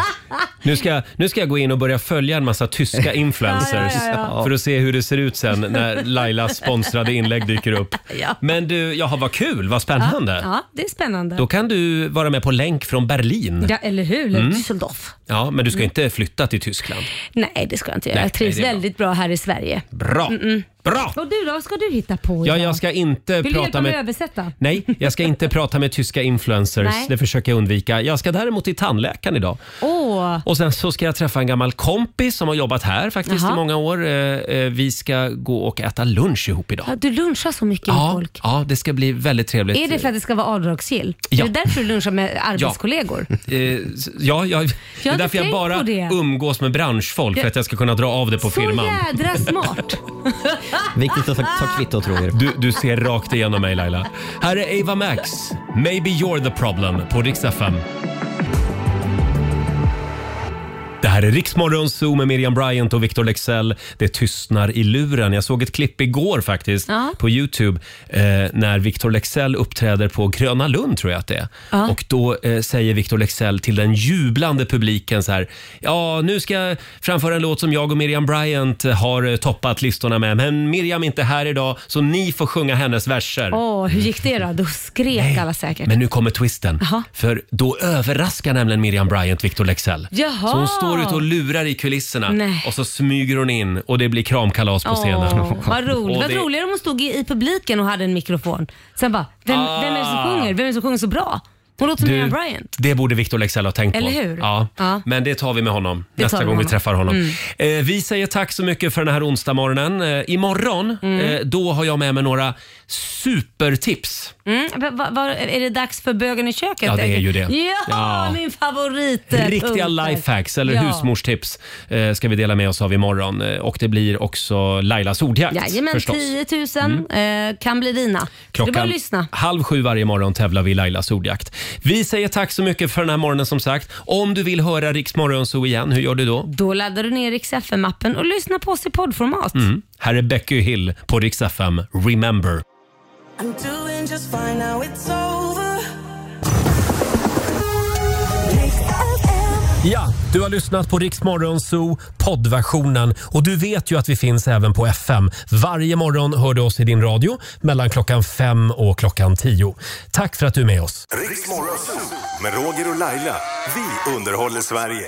Nu ska, nu ska jag gå in och börja följa en massa tyska influencers Ja, ja, ja. för att se hur det ser ut sen när Lailas sponsrade inlägg dyker upp. Ja. Men du, jaha vad kul, vad spännande. Ja, ja, det är spännande. Då kan du vara med på länk från Berlin. Ja, eller hur? Eller Mm. Düsseldorf. Ja, men du ska inte flytta till Tyskland. Nej, det ska jag inte göra. Nej, jag trivs nej, det är bra. väldigt bra. här i Sverige. Bra! Mm-mm. Bra! Och du då? Vad ska du hitta på Ja, idag? jag ska inte Vill du prata hjälpa mig med... att översätta? Nej, jag ska inte prata med tyska influencers. Nej. Det försöker jag undvika. Jag ska däremot till tandläkaren idag. Åh, Och sen så ska jag träffa en gammal kompis som har jobbat här faktiskt Jaha. i många år. Eh, eh, Vi ska gå och äta lunch ihop idag. ja, du lunchar så mycket med folk. Ja, det ska bli väldigt trevligt. Är det för att det ska vara avdragsgill? Ja. Är det därför du lunchar med arbetskollegor? Eh, s- Ja, jag, det är inte därför jag tänkt bara på det. umgås med branschfolk för Ja. att jag ska kunna dra av det på Så firman. jädra smart! Viktigt att ta, ta kvittot Roger. Du, du ser rakt igenom mig Laila. Här är Ava Max, “Maybe you're the problem” på Rix FM. Det här är Riksmorgon Zoo med Miriam Bryant och Victor Lexell. Det tystnar i luren. Jag såg ett klipp igår faktiskt Ja. på Youtube eh, när Victor Lexell uppträder på Gröna Lund tror jag att det är. Ja. Och då eh, säger Victor Lexell till den jublande publiken så här. Ja, nu ska jag framföra en låt som jag och Miriam Bryant har eh, toppat listorna med. Men Miriam är inte här idag så ni får sjunga hennes verser. Åh, hur gick det då? Då skrek alla säkert. Men nu kommer twisten. Jaha. För då överraskar nämligen Miriam Bryant Victor Lexell. Jaha. Så hon står ute och lurar i kulisserna Nej. och så smyger hon in och det blir kramkalas på Åh, scenen. vad roligt. Och Vad det- roligare om hon stod i, i publiken och hade en mikrofon. Sen bara, vem, Ah. vem är det som sjunger? Vem är det som sjunger så bra? Hon låter som Du, Miriam Bryant. Det borde Victor Lexell ha tänkt på. Eller hur? Ja. Ja. Men det tar vi med honom Det nästa tar vi gång med vi honom. Mm. träffar honom. Eh, vi säger tack så mycket för den här onsdagsmorgonen. Eh, imorgon, eh, då har jag med mig några supertips. Mm, va, va, va, är det dags för bögen i köket? Ja, det är ju det. Ja, Ja. min favorit. eh, Riktiga lifehacks eller Ja. husmorstips eh, ska vi dela med oss av imorgon. Eh, Och det blir också Lailas ordjakt Jajamän, förstås. Mm. 10 000 eh, kan bli dina. Så det är bara att lyssna. halv sju varje morgon tävlar vi i Lailas ordjakt. Vi säger tack så mycket för den här morgonen som sagt. Om du vill höra Riks Morgonzoo igen, hur gör du då? Då laddar du ner Rix FM-appen och lyssnar på oss i poddformat. Mm. Här är Becky Hill på Rix FM, Remember. I'm doing just fine now, it's over. Ja, du har lyssnat på Rix Morgonzoo poddversionen och du vet ju att vi finns även på FM. Varje morgon hör du oss i din radio mellan klockan fem och klockan tio. Tack för att du är med oss. Riks Morgonzoo med Roger och Laila. Vi underhåller Sverige.